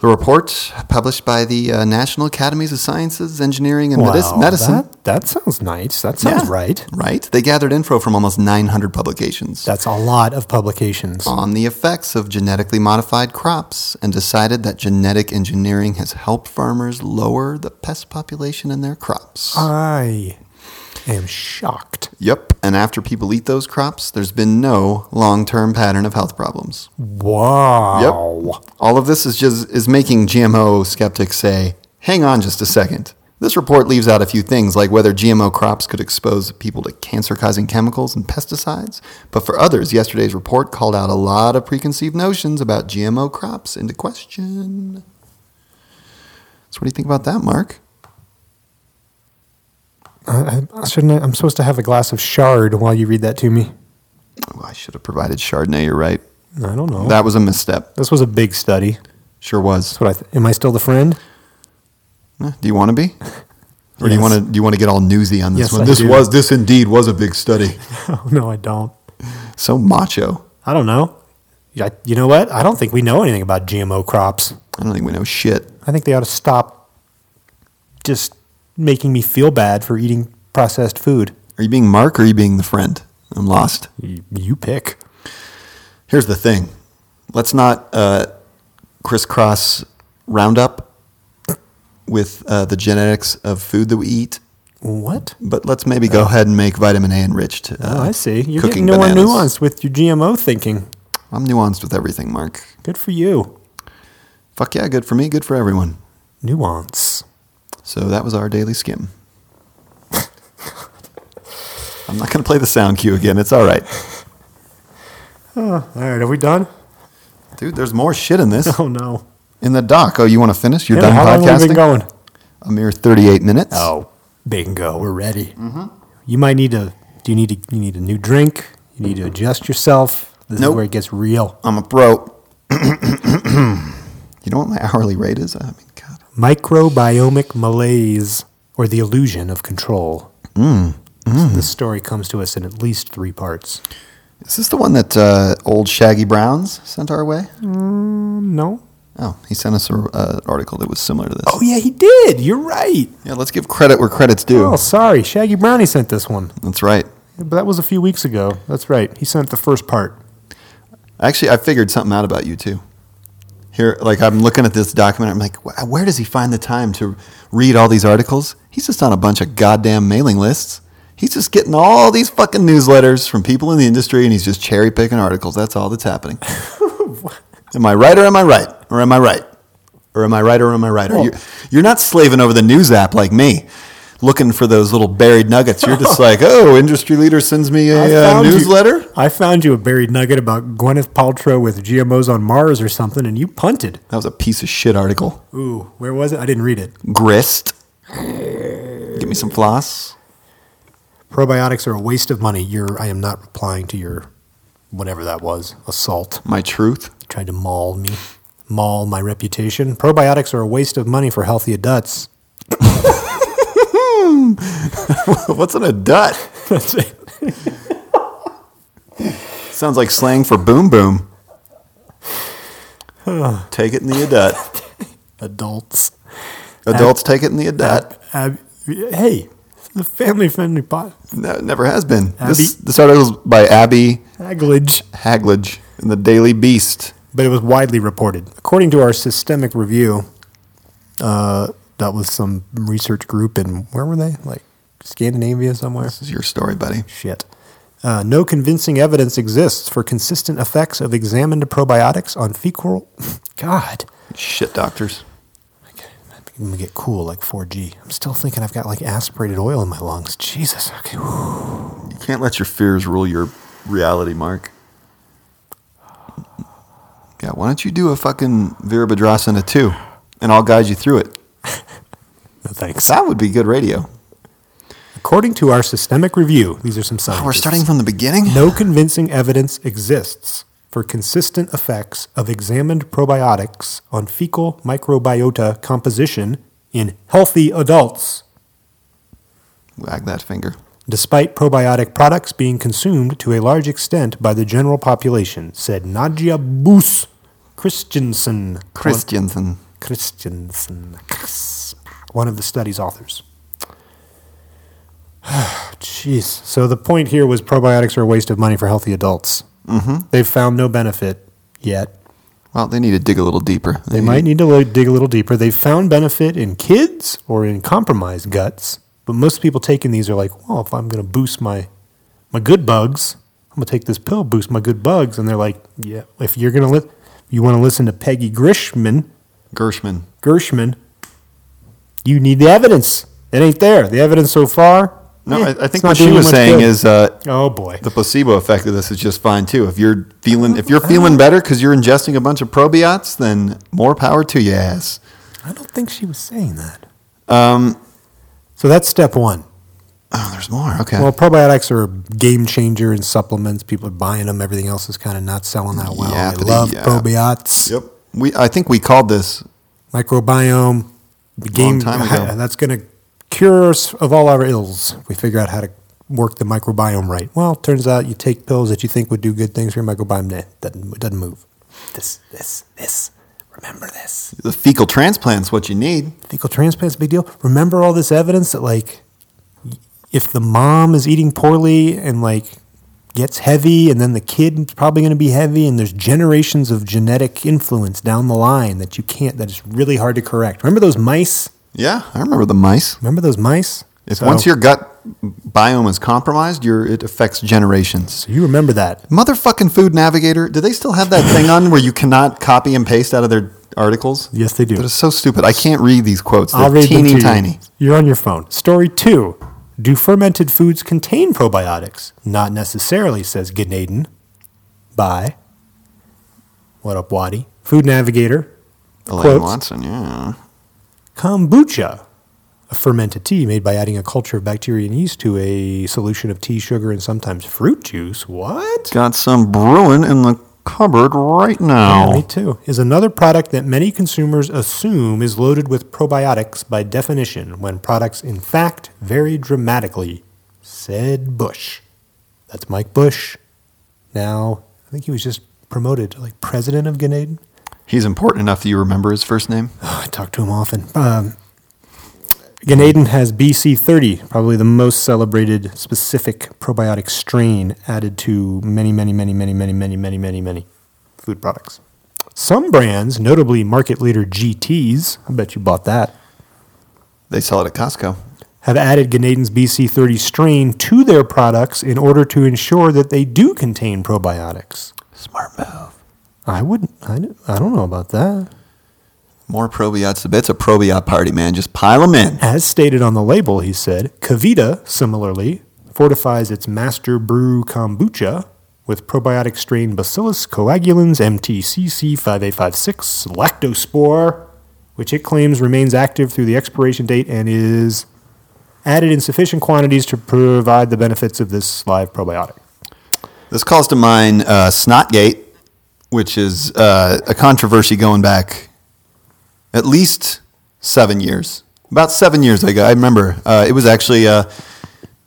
The report published by the uh, National Academies of Sciences, Engineering, and
Wow,
Medis- Medicine.
That, that sounds nice. That sounds
Yeah,
right.
Right. They gathered info from almost 900 publications
That's a lot of publications.
on the effects of genetically modified crops and decided that genetic engineering has helped farmers lower the pest population in their crops.
Uh. I am shocked.
Yep. And after people eat those crops, there's been no long-term pattern of health problems.
Wow.
All of this is just is making GMO skeptics say, "Hang on just a second. This report leaves out a few things like whether GMO crops could expose people to cancer-causing chemicals and pesticides, but for others, yesterday's report called out a lot of preconceived notions about GMO crops into question." So what do you think about that, Mark?
I, shouldn't I, I'm supposed to have a glass of shard while you read that to me.
Oh, I should have provided Chardonnay, you're right.
I don't know.
That was a misstep.
this was a big study.
Sure was.
That's what I th- am I still the friend?
Eh, Do you want to be? Or do you
Yes.
want to do you want to get all newsy on this
Yes,
one?
I
this
do.
was this indeed was a big study.
Oh, no, I don't.
So macho.
I don't know. I, you know what? I don't think we know anything about GMO crops.
I don't think we know shit.
I think they ought to stop just making me feel bad for eating processed food.
Are you being Mark or are you being the friend? I'm lost.
You, you pick.
Here's the thing. Let's not uh, crisscross roundup with uh, the genetics of food that we eat,
What?
but let's maybe go ahead and make vitamin A enriched. Uh,
Uh, Oh, I see. You're
cooking
getting more
bananas.
nuanced with your GMO thinking.
I'm nuanced with everything, Mark.
Good for you.
Fuck yeah, good for me, good for everyone.
Nuance.
So that was our daily skim. I'm not going to play the sound cue again. It's all right.
All right, are we done?
Dude, there's more shit in this.
Oh no.
In the doc. Oh, you want to finish? You're
Yeah,
done
how long
podcasting?
have we been going?
A mere 38 minutes.
Oh, bingo! We're ready.
Mm-hmm.
You might need to. Do you need to? You need a new drink. You need to adjust yourself. This
Mm-hmm. Nope.
is where it gets real.
I'm a pro. you know what my hourly rate is? I mean, God.
Microbiomic malaise, or the illusion of control.
Mm.
This story comes to us in at least three parts.
Is this the one that uh, old Shaggy Browns sent our way?
No.
Oh, he sent us an uh, article that was similar to this.
Oh yeah, he did. You're right.
Yeah, let's give credit where credit's due.
Oh, sorry. Shaggy Brownie sent this one.
That's right.
But that was a few weeks ago. That's right. He sent the first part.
Actually, I figured something out about you too. Here, like I'm looking at this document, I'm like, "Wh- where does he find the time to read all these articles? He's just on a bunch of goddamn mailing lists. He's just getting all these fucking newsletters from people in the industry, and he's just cherry picking articles. That's all that's happening. am I right or am I right or am I right or am I right or am I right? Or you're, you're not slaving over the news app like me. Looking for those little buried nuggets. You're just like, oh, industry leader sends me a uh,
found you-
newsletter.
I found you a buried nugget about Gwyneth Paltrow with GMOs on Mars or something, and you punted.
That was a piece of shit article.
Ooh, where was it? I didn't read it.
grist. Give me some floss.
Probiotics are a waste of money. You're, I am not replying to your whatever that was assault.
My truth.
Tried to maul me, maul my reputation. Probiotics are a waste of money for healthy adults.
What's in a dut?
That's it.
Sounds like slang for boom boom. take it in the adut.
Adults.
Adults take it in the adut.
Ab- hey, the family friendly pot.
No, it never has been. This,
Abby-
this article is by Abby
Aglage.
Haglage in the Daily Beast.
but it was widely reported. According to our systemic review, uh, that was some research group in where were they? Like Scandinavia somewhere.
This is your story, buddy.
Shit. Uh, no convincing evidence exists for consistent effects of examined probiotics on fecal. God,
Shit, doctors.
I'm gonna get cool like 4G. I'm still thinking I've got like aspirated oil in my lungs. Jesus. Okay.
You can't let your fears rule your reality, Mark. Yeah, why don't you do a fucking Vera Badrasana too, and I'll guide you through it.
No thanks.
That would be good radio.
According to our systemic review, these are some signs.
Oh, we're starting from the beginning?
No convincing evidence exists for consistent effects of examined probiotics on fecal microbiota composition in healthy adults,
Wag that finger.
despite probiotic products being consumed to a large extent by the general population, said Nadia Boos Christensen.
Christiansen.
Christensen, one of the study's authors. Jeez. So the point here was probiotics are a waste of money for healthy adults. Mm-hmm. They've found no benefit yet.
Well, they need to dig a little deeper.
They might need to lo- dig a little deeper. They've found benefit in kids or in compromised guts, but most people taking these are like, well, if I'm going to boost my my good bugs, I'm going to take this pill, boost my good bugs, and they're like, yeah, if you're going to li- you want to listen to Peggy Grishman,
Gershman.
Gershman, you need the evidence. It ain't there. The evidence so far.
No,
eh,
I, I
it's
think
not
what she
doing
was
much
saying
good.
is uh,
oh boy,
the placebo effect of this is just fine too. If you're feeling if you're feeling better because you're ingesting a bunch of probiotics, then more power to your ass.
I don't think she was saying that.
Um,
So that's step one.
oh, there's more. Okay.
Well, probiotics are a game changer in supplements. People are buying them. Everything else is kind of not selling that well. I
Yappity
love
yap.
probiotics.
yep. We I think we called this
Microbiome. The game.
time ago.
And that's going to cure us of all our ills. if We figure out how to work the microbiome right. Well, turns out you take pills that you think would do good things for your microbiome. Nah, doesn't, it doesn't move. This, this, this. Remember this.
the fecal transplant's what you need.
fecal transplant's a big deal. Remember all this evidence that like if the mom is eating poorly and like gets heavy and then the kid's probably going to be heavy and there's generations of genetic influence down the line that you can't that is really hard to correct. Remember those mice?
Yeah, I remember the mice.
Remember those mice?
If
So-
once your gut biome is compromised, your it affects generations.
so you remember that.
Motherfucking Food Navigator. Do they still have that thing on where you cannot copy and paste out of their articles?
Yes, they do.
That is so stupid. I can't read these quotes. They're
I'll read them
teeny
to you.
tiny.
You're on your phone. Story two. Do fermented foods contain probiotics? Not necessarily, says Gnaden. By what up, Waddy? Food Navigator.
Elaine
Quotes.
Watson, yeah.
Kombucha, a fermented tea made by adding a culture of bacteria and yeast to a solution of tea, sugar, and sometimes fruit juice. What?
Got some brewing in the cupboard right now.
Yeah, me too. Is another product that many consumers assume is loaded with probiotics by definition, when products in fact vary dramatically. Said Bush. That's Mike Bush. Now, I think he was just promoted to like president of Grenada.
He's important enough that you remember his first name.
I talk to him often. Um, Gnaden has BC30, probably the most celebrated specific probiotic strain added to many, many, many, many, many, many, many, many, many food products. Some brands, notably market leader GT's, I bet you bought that,
They sell it at Costco.
have added Gnaden's BC30 strain to their products in order to ensure that they do contain probiotics.
Smart move.
I wouldn't, I, don't- I don't know about that.
More probiotics. the bits. a probiot party, man. Just pile them in.
As stated on the label, he said, Kavita, similarly, fortifies its master brew kombucha with probiotic strain Bacillus coagulans MTCC5856 lactospore, which it claims remains active through the expiration date and is added in sufficient quantities to provide the benefits of this live probiotic.
This calls to mind uh, Snotgate, which is uh, a controversy going back at least seven years. About seven years ago, I remember uh, it was actually uh,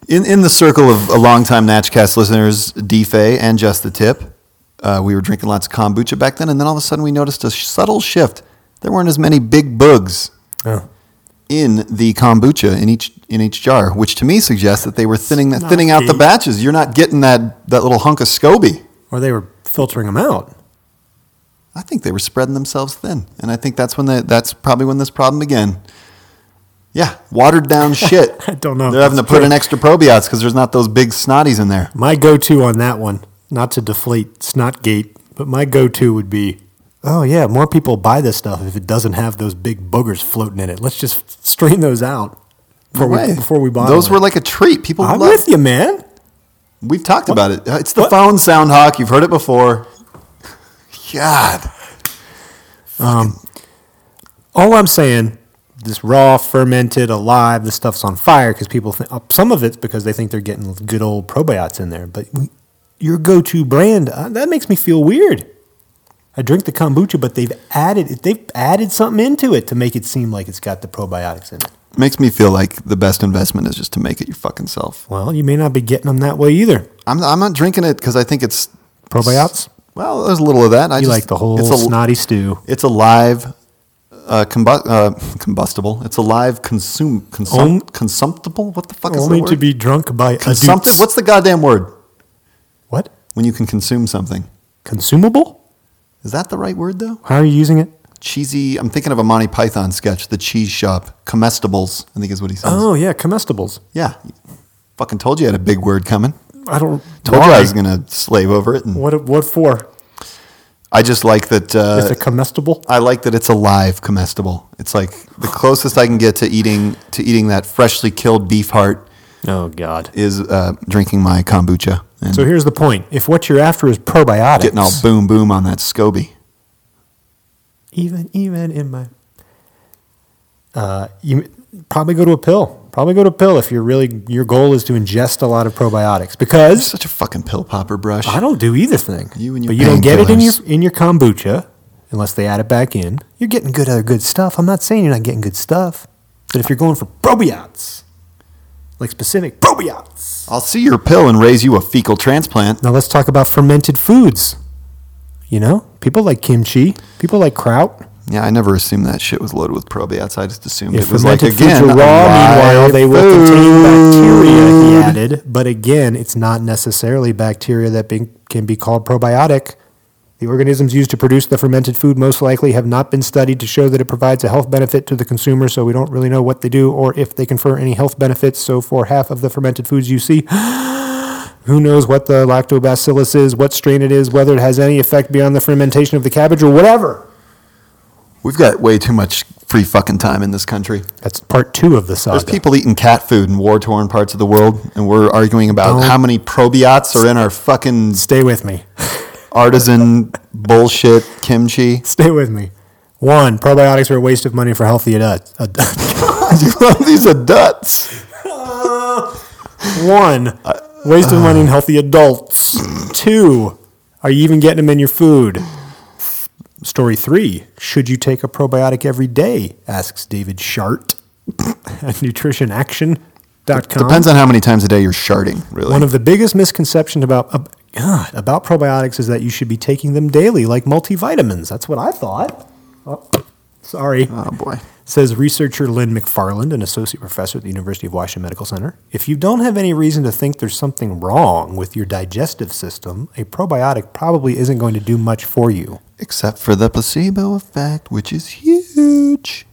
in in the circle of a longtime Natchcast listeners, D Fay and Just the Tip. Uh, we were drinking lots of kombucha back then, and then all of a sudden we noticed a subtle shift. There weren't as many big bugs
Oh.
in the kombucha in each in each jar, which to me suggests that they were thinning that thinning out the
Snotgate.
batches. You're not getting that that little hunk of SCOBY.
Or they were filtering them out.
I think they were spreading themselves thin, and I think that's when they, that's probably when this problem began. Yeah, watered down shit.
I don't know if
They're having to
that's
put
true.
in extra probiotics because there's not those big snotties in there.
My go to on that one, not to deflate Snotgate, but my go to would be oh, yeah, more people buy this stuff if it doesn't have those big boogers floating in it. Let's just strain those out before, we, before we bottle
those
it.
were like a treat. People
I'm
love.
with you, man.
We've talked about it. Uh, It's the
What?
phone sound hawk. You've heard it before. God,
All I'm saying, this raw, fermented, alive, this stuff's on fire because people think uh, some of it's because they think they're getting good old probiotics in there. But we, your go to brand, uh, that makes me feel weird. I drink the kombucha, but they've added they've added something into it to make it seem like it's got the probiotics in it.
Makes me feel like the best investment is just to make it your fucking self.
Well, you may not be getting them that way either.
I'm, I'm not drinking it because I think it's
Probiotics.
well. There's a little of that. I
You
just,
like the whole
It's a,
snotty stew.
It's a live. Uh, combu- uh, combustible. It's a live consume consum-
Only-
consumptible. What the fuck is the
Only
word?
to be drunk by
Consumpti-
adults.
What's the goddamn word
what?
when you can consume something?
Consumable?
Is that the right word though?
How are you using it?
Cheesy. I'm thinking of a Monty Python sketch, The Cheese Shop, comestibles. I think is what he says.
Oh yeah, comestibles.
Yeah, fucking told you I had a big word coming.
I don't.
Told you
Why?
I was gonna slave over it, and
What? What for?
I just like that.
It's
Uh,
a comestible.
I like that it's a live comestible. It's like the closest I can get to eating to eating that freshly killed beef heart
Oh God.
is uh, drinking my kombucha and
So here's the point: if what you're after is probiotics,
getting all boom boom on that scoby.
even even in my uh, you probably go to a pill probably go to a pill if you're really your goal is to ingest a lot of probiotics because
Such a fucking pill popper brush.
i don't do either thing
You and your
but you don't get it in your
painkillers.
in your kombucha unless they add it back in you're getting good other good stuff i'm not saying you're not getting good stuff but if you're going for probiotics like specific probiotics
I'll see your pill and raise you a fecal transplant.
now let's talk about fermented foods you know people like kimchi people like kraut
Yeah, I never assumed that shit was loaded with probiotics. I just assumed
If
it was like
fermented foods
again
are raw, meanwhile
live
they will contain bacteria. He
food.
added, but again, it's not necessarily bacteria that be, can be called probiotic. The organisms used to produce the fermented food most likely have not been studied to show that it provides a health benefit to the consumer, so we don't really know what they do or if they confer any health benefits. So, for half of the fermented foods you see, who knows what the lactobacillus is, what strain it is, whether it has any effect beyond the fermentation of the cabbage or whatever.
We've got way too much free fucking time in this country.
That's part two of the saga.
There's people eating cat food in war torn parts of the world, and we're arguing about how many probiotics are in our fucking
Stay with me.
artisan bullshit kimchi.
Stay with me. One, probiotics are a waste of money for healthy adults.
you love these adults.
One, waste of money in healthy adults. Two, are you even getting them in your food? Story three, should you take a probiotic every day? Asks David Shart at nutritionaction.com.
Depends on how many times a day you're sharding, really.
One of the biggest misconceptions about ab- God, about probiotics is that you should be taking them daily, like multivitamins. That's what I thought. Oh, sorry.
oh boy.
says researcher Lynn McFarland, an associate professor at the University of Washington Medical Center. If you don't have any reason to think there's something wrong with your digestive system, a probiotic probably isn't going to do much for you.
Except for the placebo effect, which is huge.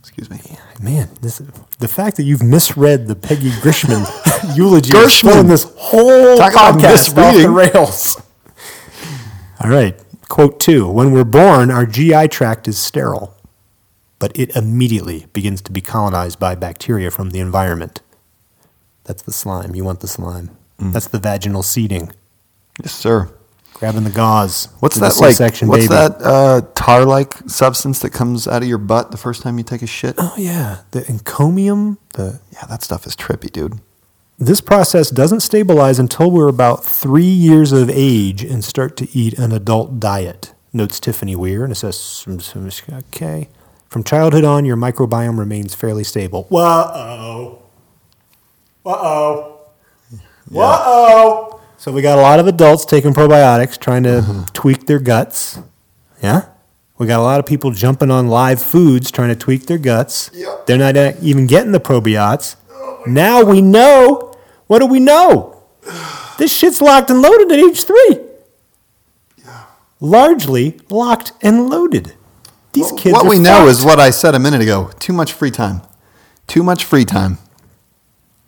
Excuse me.
Man, this, the fact that you've misread the Peggy Grishman eulogy is
Gershman.
throwing this whole
Talk about
podcast off the
misreading.
rails. All right. Quote two When we're born, our GI tract is sterile, but it immediately begins to be colonized by bacteria from the environment. That's the slime. You want the slime.
Mm.
That's the vaginal seeding,
Yes, sir.
grabbing the gauze.
What's
through the
that like?
C-section,
What's
baby.
that uh, tar-like substance that comes out of your butt the first time you take a shit?
Oh, yeah. The encomium, the
Yeah, that stuff is trippy, dude.
This process doesn't stabilize until we're about three years of age and start to eat an adult diet, notes Tiffany Weir. And it says, okay. From childhood on, your microbiome remains fairly stable. Whoa. Whoa. Whoa. So we got a lot of adults taking probiotics, trying to tweak their guts. Yeah. We got a lot of people jumping on live foods trying to tweak their guts. They're not uh, even getting the probiotics. now we know. What do we know? This shit's locked and loaded at age three. Largely locked and loaded. These kids.
what
are
we know
fucked.
is what I said a minute ago. Too much free time. Too much free time.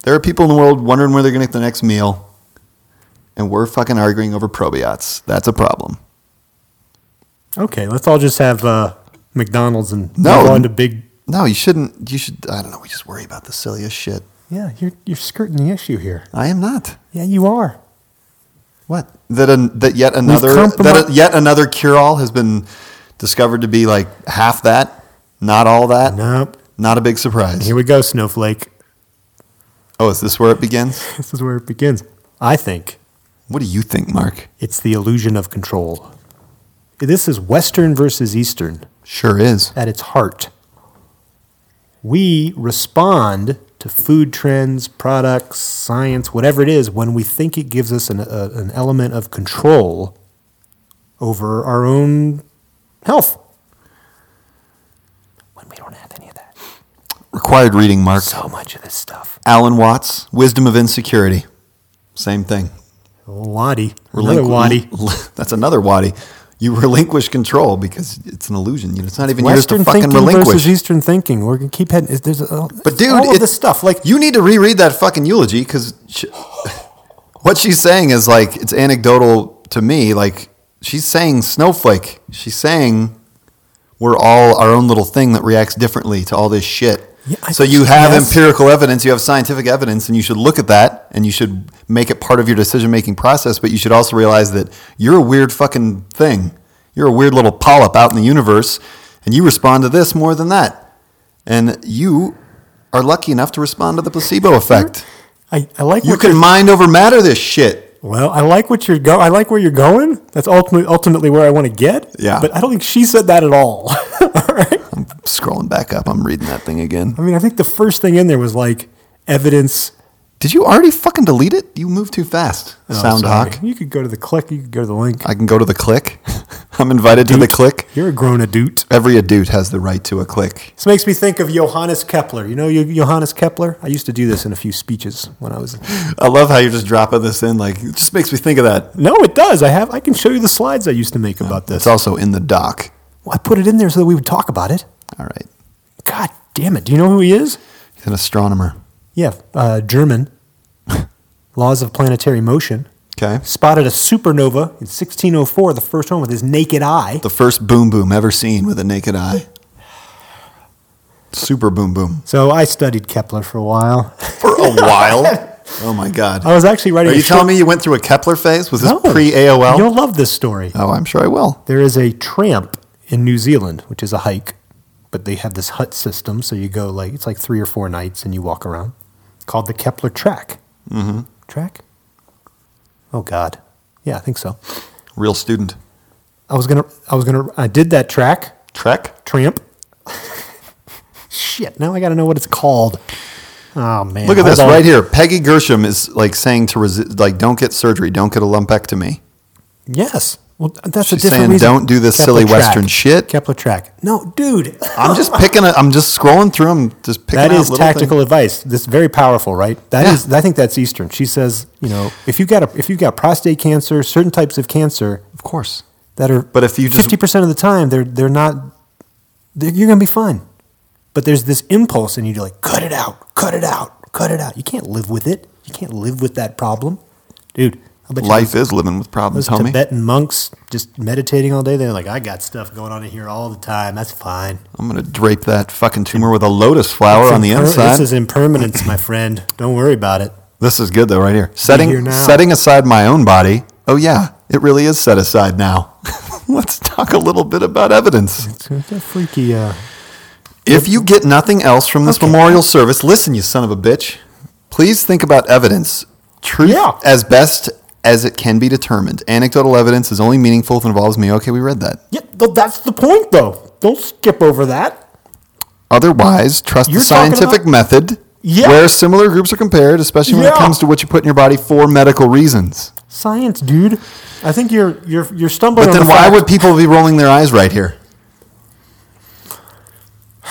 There are people in the world wondering where they're going to get the next meal, and we're fucking arguing over probiotics. That's a problem.
okay. Let's all just have uh, McDonald's and
No.
move on to big.
No, you shouldn't. You should. I don't know. We just worry about the silliest shit.
Yeah, you're you're skirting the issue here.
I am not.
Yeah, you are.
What? That an, that yet another that
compromised-
a, yet another cure all has been discovered to be like half that, not all that.
Nope.
Not a big surprise.
Here we go, Snowflake.
Oh, is this where it begins?
This is where it begins. I think
What do you think, Mark?
It's the illusion of control. This is Western versus Eastern
Sure is.
at its heart. We respond to food trends, products, science, whatever it is, when we think it gives us an, a, an element of control over our own health. When we don't have any of that.
Required reading, Mark.
So much of this stuff.
Alan Watts, Wisdom of Insecurity. Same thing.
Lottie. Another Lottie.
that's another Waddy. You relinquish control because it's an illusion. You know, it's not even yours to
Western
fucking
thinking
relinquish.
versus Eastern thinking. We're gonna keep heading. is- There's a,
But dude,
all
it-
of this stuff. Like
you need to reread that fucking eulogy because what she's saying is like it's anecdotal to me. Like she's saying snowflake. She's saying we're all our own little thing that reacts differently to all this shit.
Yeah, I
so
think
you
she
have
has-
empirical evidence, you have scientific evidence, and you should look at that and you should make it part of your decision making process. But you should also realize that you're a weird fucking thing. You're a weird little polyp out in the universe, and you respond to this more than that. And you are lucky enough to respond to the placebo effect.
I, I like
You
what
can mind over matter this shit.
Well, I like what you're go. I like where you're going. That's ultimately ultimately where I want to get.
Yeah.
But I don't think she said that at all. all right.
Scrolling back up, I'm reading that thing again.
I mean, I think the first thing in there was like evidence.
Did you already fucking delete it? You move too fast, Sound
Oh, sorry.
Soundhawk.
You could go to the click. You could go to the link.
I can go to the click. I'm invited to the click.
You're a grown adult.
Every adult has the right to a click.
This makes me think of Johannes Kepler. You know Yo- Johannes Kepler? I used to do this in a few speeches when I was.
I love how you're just dropping this in. Like, it just makes me think of that.
No, it does. I have. I can show you the slides I used to make about this.
It's also in the doc.
Well, I put it in there so that we would talk about it.
All right.
God damn it. Do you know who he is?
He's an astronomer.
Yeah, uh, German. Laws of planetary motion.
Okay.
Spotted a supernova in 1604, the first one with his naked eye.
The first boom boom ever seen with a naked eye. Super boom boom.
So I studied Kepler for a while.
For a while. Oh my God.
I was actually writing.
Are
a
you
short-
telling me you went through a Kepler phase? Was this
No.
pre AOL?
You'll love this story.
Oh, I'm sure I will.
There is a tramp in New Zealand, which is a hike, but they have this hut system. So you go like it's like three or four nights, and you walk around, called the Kepler Track. Mm-hmm. Track. Oh God, yeah, I think so.
Real student.
I was gonna, I was gonna, I did that track
Trek?
tramp. Shit, now I gotta know what it's called. Oh man,
Look at
hold
this
on.
right here. Peggy Gershom is like saying to resist, like, don't get surgery, don't get a lumpectomy.
Yes. Well, that's
She's
a different
saying,
reason.
"Don't do this silly Western shit."
Kepler track. No, dude.
I'm just picking. A, I'm just scrolling through them. Just picking.
that
out
is
little
tactical advice. This very powerful, right? That
Yeah.
is. I think that's Eastern. She says, you know, if you got a, if you got prostate cancer, certain types of cancer
Things. Of course.
that are
But if you just-
fifty percent of the time they're they're not they're, you're going to be fine. But there's this impulse in you to like cut it out, cut it out, cut it out. You can't live with it. You can't live with that problem, dude. I bet you
Life is living with problems,
those
homie.
Tibetan monks just meditating all day. They're like, I got stuff going on in here all the time. That's fine.
I'm gonna drape that fucking tumor with a lotus flower
It's
on the
imper-
inside.
This is impermanence, my friend. Don't worry about it.
good though, right here. Setting
here now.
setting aside my own body. Oh yeah, it really is set aside now. Let's talk a little bit about evidence.
It's a freaky. Uh,
If you get nothing else from this memorial service, listen, you son of a bitch. Please think about evidence. Truth
Yeah.
as best as it can be determined. Anecdotal evidence is only meaningful if it involves me. Okay, we read that.
yeah, th- that's the point, though. Don't skip over that.
Otherwise, trust
You're
the
talking
scientific
about-
method
Yeah.
where similar groups are compared, especially when it
Yeah.
comes to what you put in your body for medical reasons.
Science, dude. I think you're you're you're stumbling.
But
on
then
the
why
fact-
would people be rolling their eyes right here?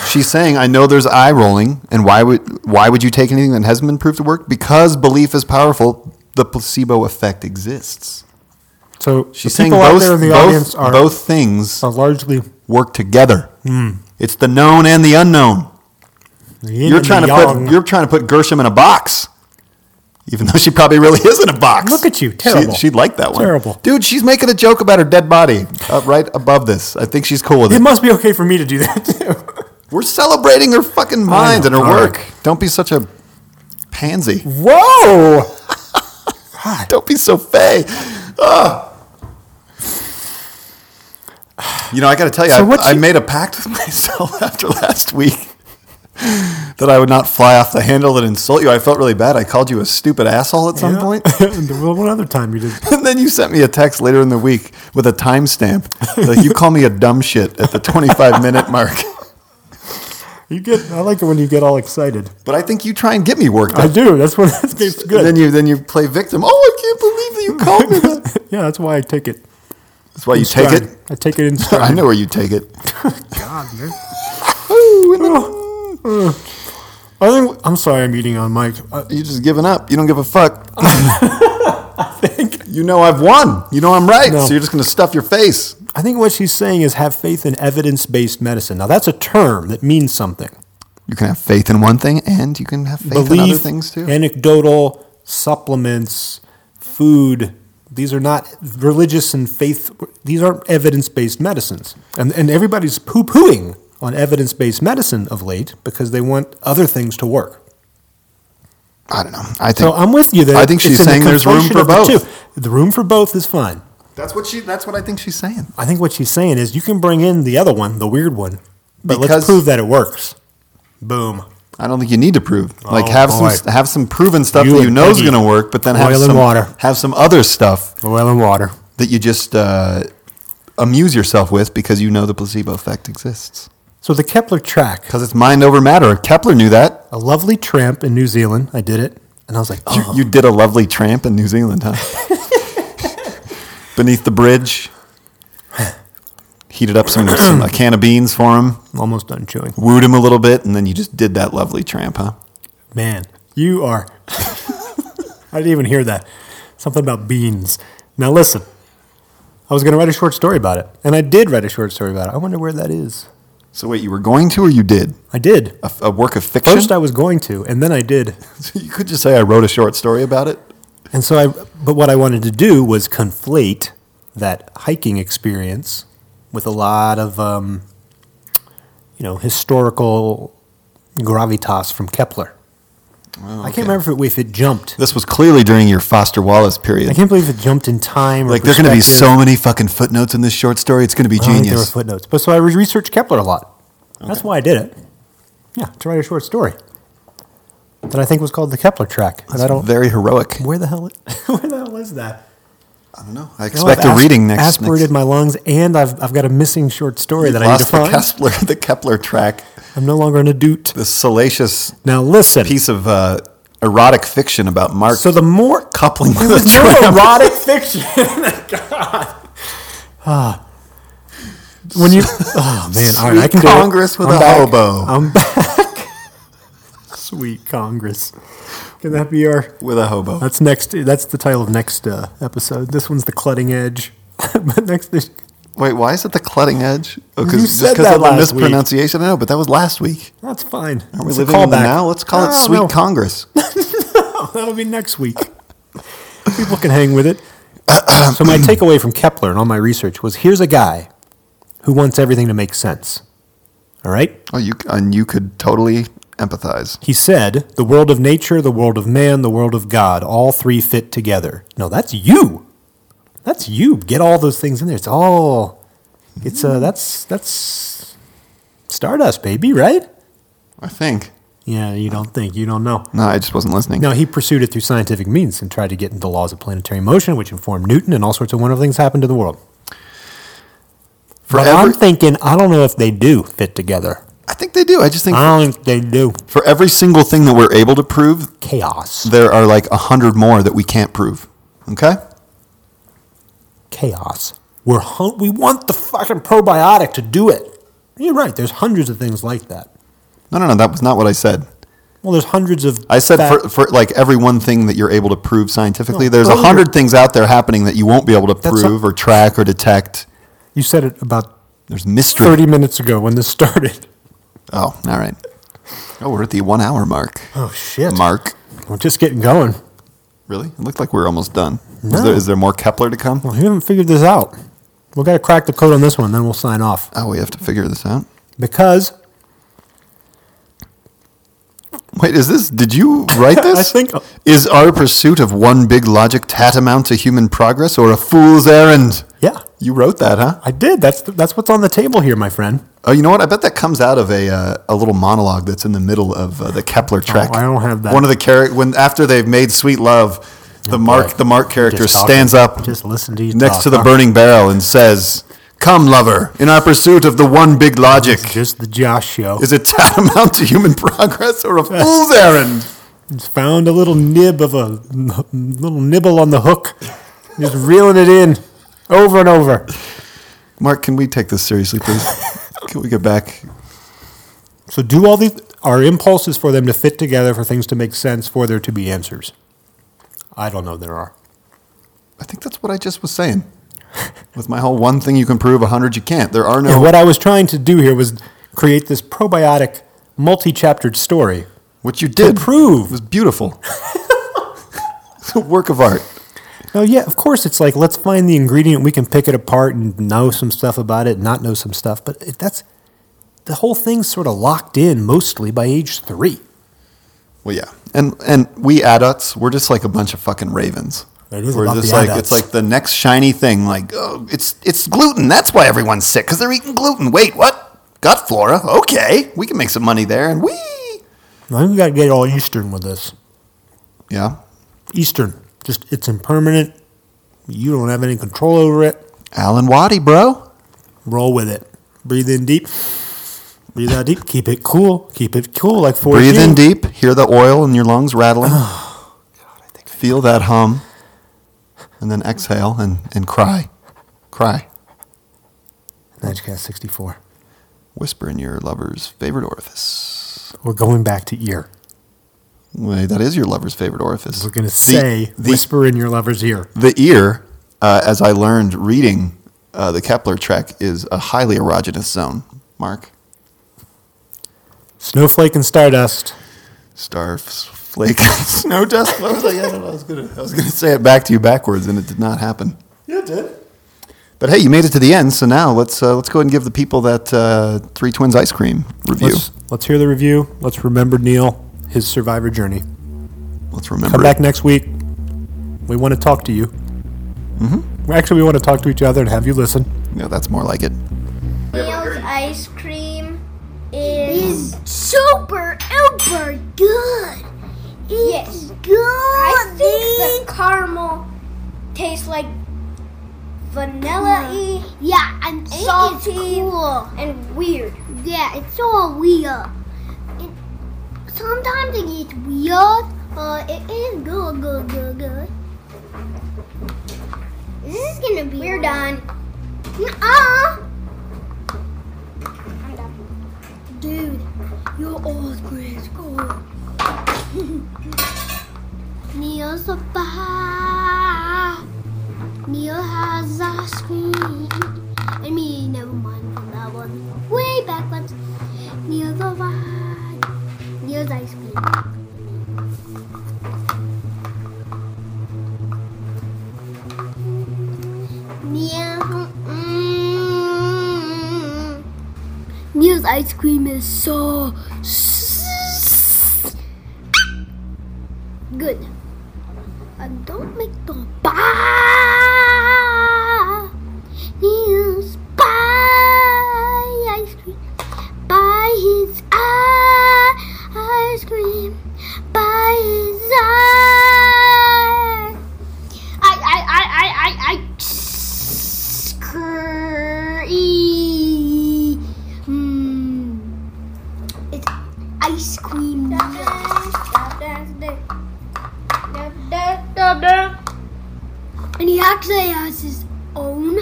She's saying, "I know there's eye rolling, and why would why would you take anything that hasn't been proved to work? Because belief is powerful. The placebo effect exists."
so
She's
the
saying
people out
both,
there in the
both-
audience are, Oh.
both things
are largely
work together.
Hmm.
It's the known and the unknown.
the yin
You're
and
trying
the
to
yang.
put you're trying to put Gershom in a box, even though she probably really is in a box.
Look at you,
She-
terrible.
She'd like that one,
Terrible.
dude. She's making a joke about her dead body uh, right above this. I think she's cool with
it
it.
must be okay for me to do that too.
We're celebrating her fucking mind and her
All right.
work. Don't be such a pansy.
Whoa!
Don't be so fey. Ah. Ugh. You know, I got to tell you,
So
I,
what's
I
your-
made a pact with myself after last week that I would not fly off the handle and insult you. I felt really bad. I called you a stupid asshole at some
Yeah.
point.
And the one other time you did.
And then you sent me a text later in the week with a timestamp. Like, you call me a dumb shit at the 25 minute mark.
You get. I like it when you get all excited.
But I think you try and get me worked
I
up.
do. That's what. That's
And
good.
then you then you play victim. Oh, I can't believe that you called me that.
yeah, that's why I take it.
That's why you take it.
I take it in stride.
I know where you take it.
God, man.
Ooh, and then-
I think. I'm sorry. I'm eating on Mike. I,
you just giving up. You don't give a fuck. you know I've won. You know I'm right.
No.
So you're just gonna stuff your face.
I think what she's saying is have faith in evidence-based medicine. Now that's a term that means something.
You can have faith in one thing, and you can have faith in other things too.
anecdotal supplements, food. These are not religious and faith. These aren't evidence-based medicines, and and everybody's poo-pooing on evidence-based medicine of late because they want other things to work.
I don't know. I think
So I'm with you there.
I think she's
in the
saying there's room
conflation
for
of the
both.
two. The room for both is fine.
that's what she. That's what I think she's saying.
I think what she's saying is you can bring in the other one, the weird one, but
Because-
let's prove that it works. Boom.
I don't think you need to prove. like
Oh,
have some
boy.
have some proven stuff
You
that you
and
know is
Peggy.
going to work, but then have
Oil and
some
water.
have some other stuff
Oil and water.
that you just uh, amuse yourself with because you know the placebo effect exists.
So the Kepler track.
Because it's mind over matter. Kepler knew that.
a lovely tramp in New Zealand. I did it, and I was like,
You,
oh,
you did a lovely tramp in New Zealand, huh? Beneath the bridge, heated up some, some a can of beans for him,
I'm almost done chewing.
wooed him a little bit, and then you just did that lovely tramp, huh?
Man, you are. I didn't even hear that. Something about beans. Now listen, I was going to write a short story about it, and I did write a short story about it. I wonder where that is.
So wait, you were going to, or you did
I did.
a, a work of fiction?
First, I was going to, and then I did.
you could just say I wrote a short story about it.
And so I, but what I wanted to do was conflate that hiking experience with a lot of, um, you know, historical gravitas from Kepler.
Oh,
I can't remember if it, if it jumped.
This was clearly during your Foster Wallace
I
period.
can't believe it jumped in time. Or
Like there's going to be
perspective.
so many fucking footnotes in this short story. It's going to be
I don't think There were
genius.
footnotes, but so I re- researched Kepler a lot. That's why I did it. Yeah, to write a short story that I think was called the Kepler track, and I don't.
Very heroic.
where the hell? Where the hell is that?
I don't know. I
You know,
expect
I've
a
asp-
reading next.
Aspirated
next.
my lungs, and I've I've got a missing short story that I need to
lost the
find.
Kepler, the Kepler track,
I'm no longer an adult.
the salacious
Now listen.
piece of uh, erotic fiction about Mark
So the more
coupling with a
It's more
tramp.
erotic fiction. Oh God. Ah. When you, oh man, all right, I
Sweet
can do it.
Congress with
I'm
a
back.
hobo.
I'm back. Sweet Congress. Can that be our?
with a hobo.
That's next. That's the title of next uh, episode. This one's the cutting edge. but next, is-
Wait, why is it the cutting edge? Oh,
You
cause,
said
just because
that
of the
last week.
mispronunciation. I know, but that was last week.
that's fine.
Are we
It's a
living in the
callback.
now? Let's call it
No,
Sweet
no.
Congress.
That'll be next week. People can hang with it. so my takeaway from Kepler and all my research was: here's a guy who wants everything to make sense. All right.
Oh, you and you could totally empathize.
He said, the world of nature, the world of man, the world of God, all three fit together. No, that's you. That's you. Get all those things in there. It's all it's uh that's that's Stardust, baby, right?
I think.
Yeah, you don't think, you don't know.
No, I just wasn't listening.
No, he pursued it through scientific means and tried to get into laws of planetary motion, which informed Newton and all sorts of wonderful things happened to the world.
For
but
every-
I'm thinking, I don't know if they do fit together.
I think they do. I just think
I don't think they do.
for every single thing that we're able to prove,
Chaos.
there are like a hundred more that we can't prove. Okay?
chaos. We're hun- we want the fucking probiotic to do it. You're right. There's hundreds of things like that.
No, no, no. That was not what I said.
Well, there's hundreds of.
I said
fac-
for, for like every one thing that you're able to prove scientifically,
No,
there's a
earlier.
hundred things out there happening that you won't be able to
That's
prove
not-
or track or detect.
you said it about
There's mystery.
30 minutes ago when this started.
Oh, all right. Oh, we're at the one hour mark.
Oh shit!
Mark.
We're just getting going.
Really? It looked like we were almost done. Is,
No.
there, is there more Kepler to come?
Well, we haven't figured this out. We've got to crack the code on this one, then we'll sign off
Oh, we have to figure this out.
because
Wait, is this? Did you write this?
I think- uh,
Is our pursuit of one big logic tatamount to human progress or a fool's errand?
yeah,
You wrote that, huh?
I did. That's that's what's on the table here, my friend.
Oh, you know what? I bet that comes out of a uh, a little monologue that's in the middle of uh, the Kepler track.
Oh, I don't have that.
One of the character when after they've made sweet love, the Mark the Mark character
Just talking.
stands up
Just listen to you
next
talk,
to the
huh?
burning barrel and says, "Come, lover, in our pursuit of the one big logic,
Just the Josh show.
is it tantamount to human progress or a fool's errand?"
It's found a little nib of a little nibble on the hook. Just reeling it in over and over.
Mark, can we take this seriously, please? can we get back?
So do all these are impulses for them to fit together for things to make sense for there to be answers. I don't know there are.
I think that's what I just was saying. With my whole one thing you can prove, a hundred you can't. There are no.
And what I was trying to do here was create this probiotic multi-chaptered story.
What you did
prove.
was beautiful. it's a work of art.
Now, yeah, of course it's like let's find the ingredient we can pick it apart and know some stuff about it, not know some stuff, but it, that's the whole thing's sort of locked in mostly by age 3.
Well, yeah, and and we adults, we're just like a bunch of fucking ravens.
It is
we're
about
just
the
like
adults.
it's like the next shiny thing. Like oh, it's it's gluten. That's why everyone's sick because they're eating gluten. Wait, what? Gut flora. Okay, we can make some money there, and we.
I think we got to get all eastern with this.
Yeah,
Eastern. Just it's impermanent. You don't have any control over it.
Alan Waddy, bro.
roll with it. Breathe in deep. Breathe out deep. Keep it cool. Keep it cool. Like four.
Breathe in deep. Hear the oil in your lungs rattling. Feel that hum. And then exhale and, and cry. Cry.
Nightcast sixty four.
Whisper in your lover's favorite orifice.
We're going back to ear.
Wait, that is your lover's favorite orifice.
We're gonna say
the,
whisper in your lover's ear.
The ear, uh, as I learned reading uh, the Kepler track, is a highly erogenous zone. Mark.
Snowflake and stardust.
Starf, flake, snow dust. What was I? I don't know. I was gonna, I was gonna say it back to you backwards, and it did not happen. Yeah, it did. But hey, you made it to the end, so now let's uh, let's go ahead and give the people that uh, Three Twins ice cream review.
Let's,
Let's,
let's hear the review. Let's remember Neil, his survivor journey.
remember.
Come
it.
back next week. We want to talk to you. Mm-hmm. Actually, we want to talk to each other and have you listen.
Yeah, that's more like it.
Neil's ice cream is
Super uber good.
yes.
Good.
I think the caramel tastes like vanilla-y
yeah, and it is
Salty.
cool.
and weird.
Yeah, it's all weird. It, sometimes it gets weird, but it is good, good, good, good.
This is gonna be. We're done.
Uh. Dude, your old grade school. Neil's a bar. Neil has a screen. I mean, never mind from that one. Way backwards. Neil's a bar. Neil's ice cream.
Meow.
Neil's ice cream is so s- good. And don't make the buy Neil's buy ice cream. Buy his i- ice cream. Buy his i- I I I I I I scree. Mm. It's ice cream. And he actually has his own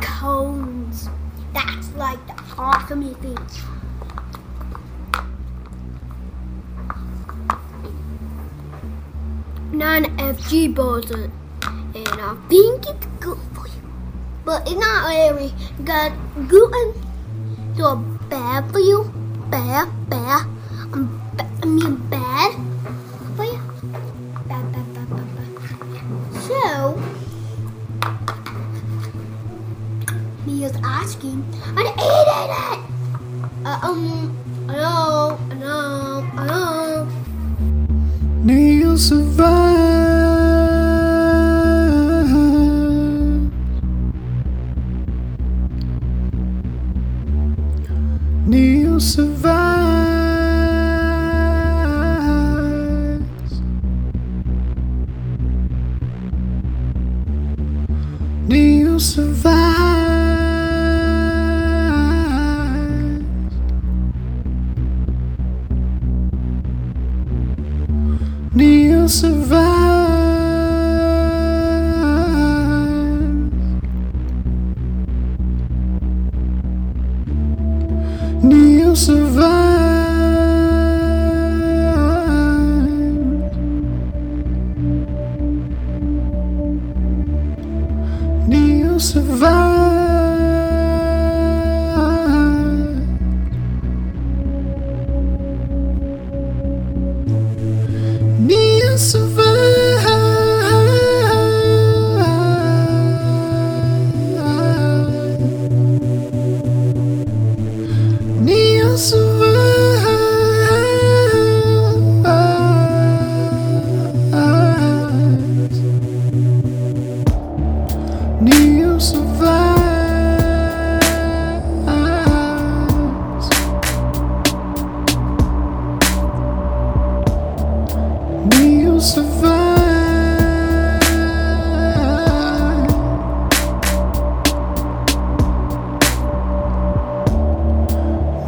cones. That's like the awesomest thing. Nine FG bought it, and I think it's good for you. But it's not really good. Gluten so bad for you. Bad, bad. Um, ba- I mean, bad for you. Bad, bad, bad, bad, bad. So, Mia's asking, I'm eating it! Uh, um, I know, I know, I know.
Neil survived.
Neil survives. Neil survives. Neil survives. Neil survives. Neil survives. Neil survives. Neil survives. Neil survives. Neil survives.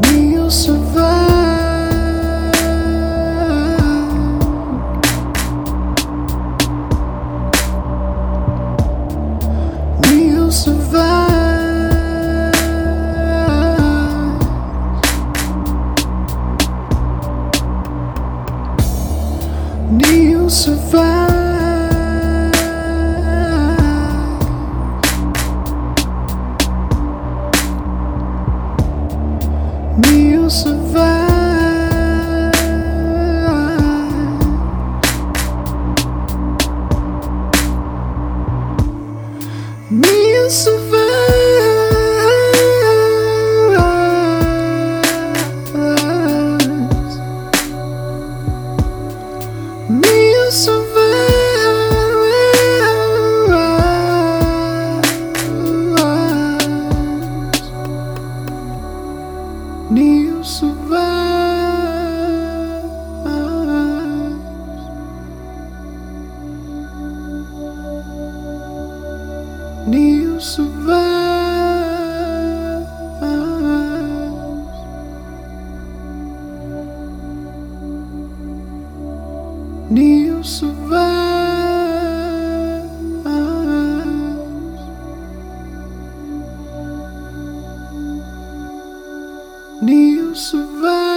Neil survives. Neil survives. Neil survives. Neil survives. Neil survives. Neil survives. Neil survives. Neil survives. Neil survives. Neil survives.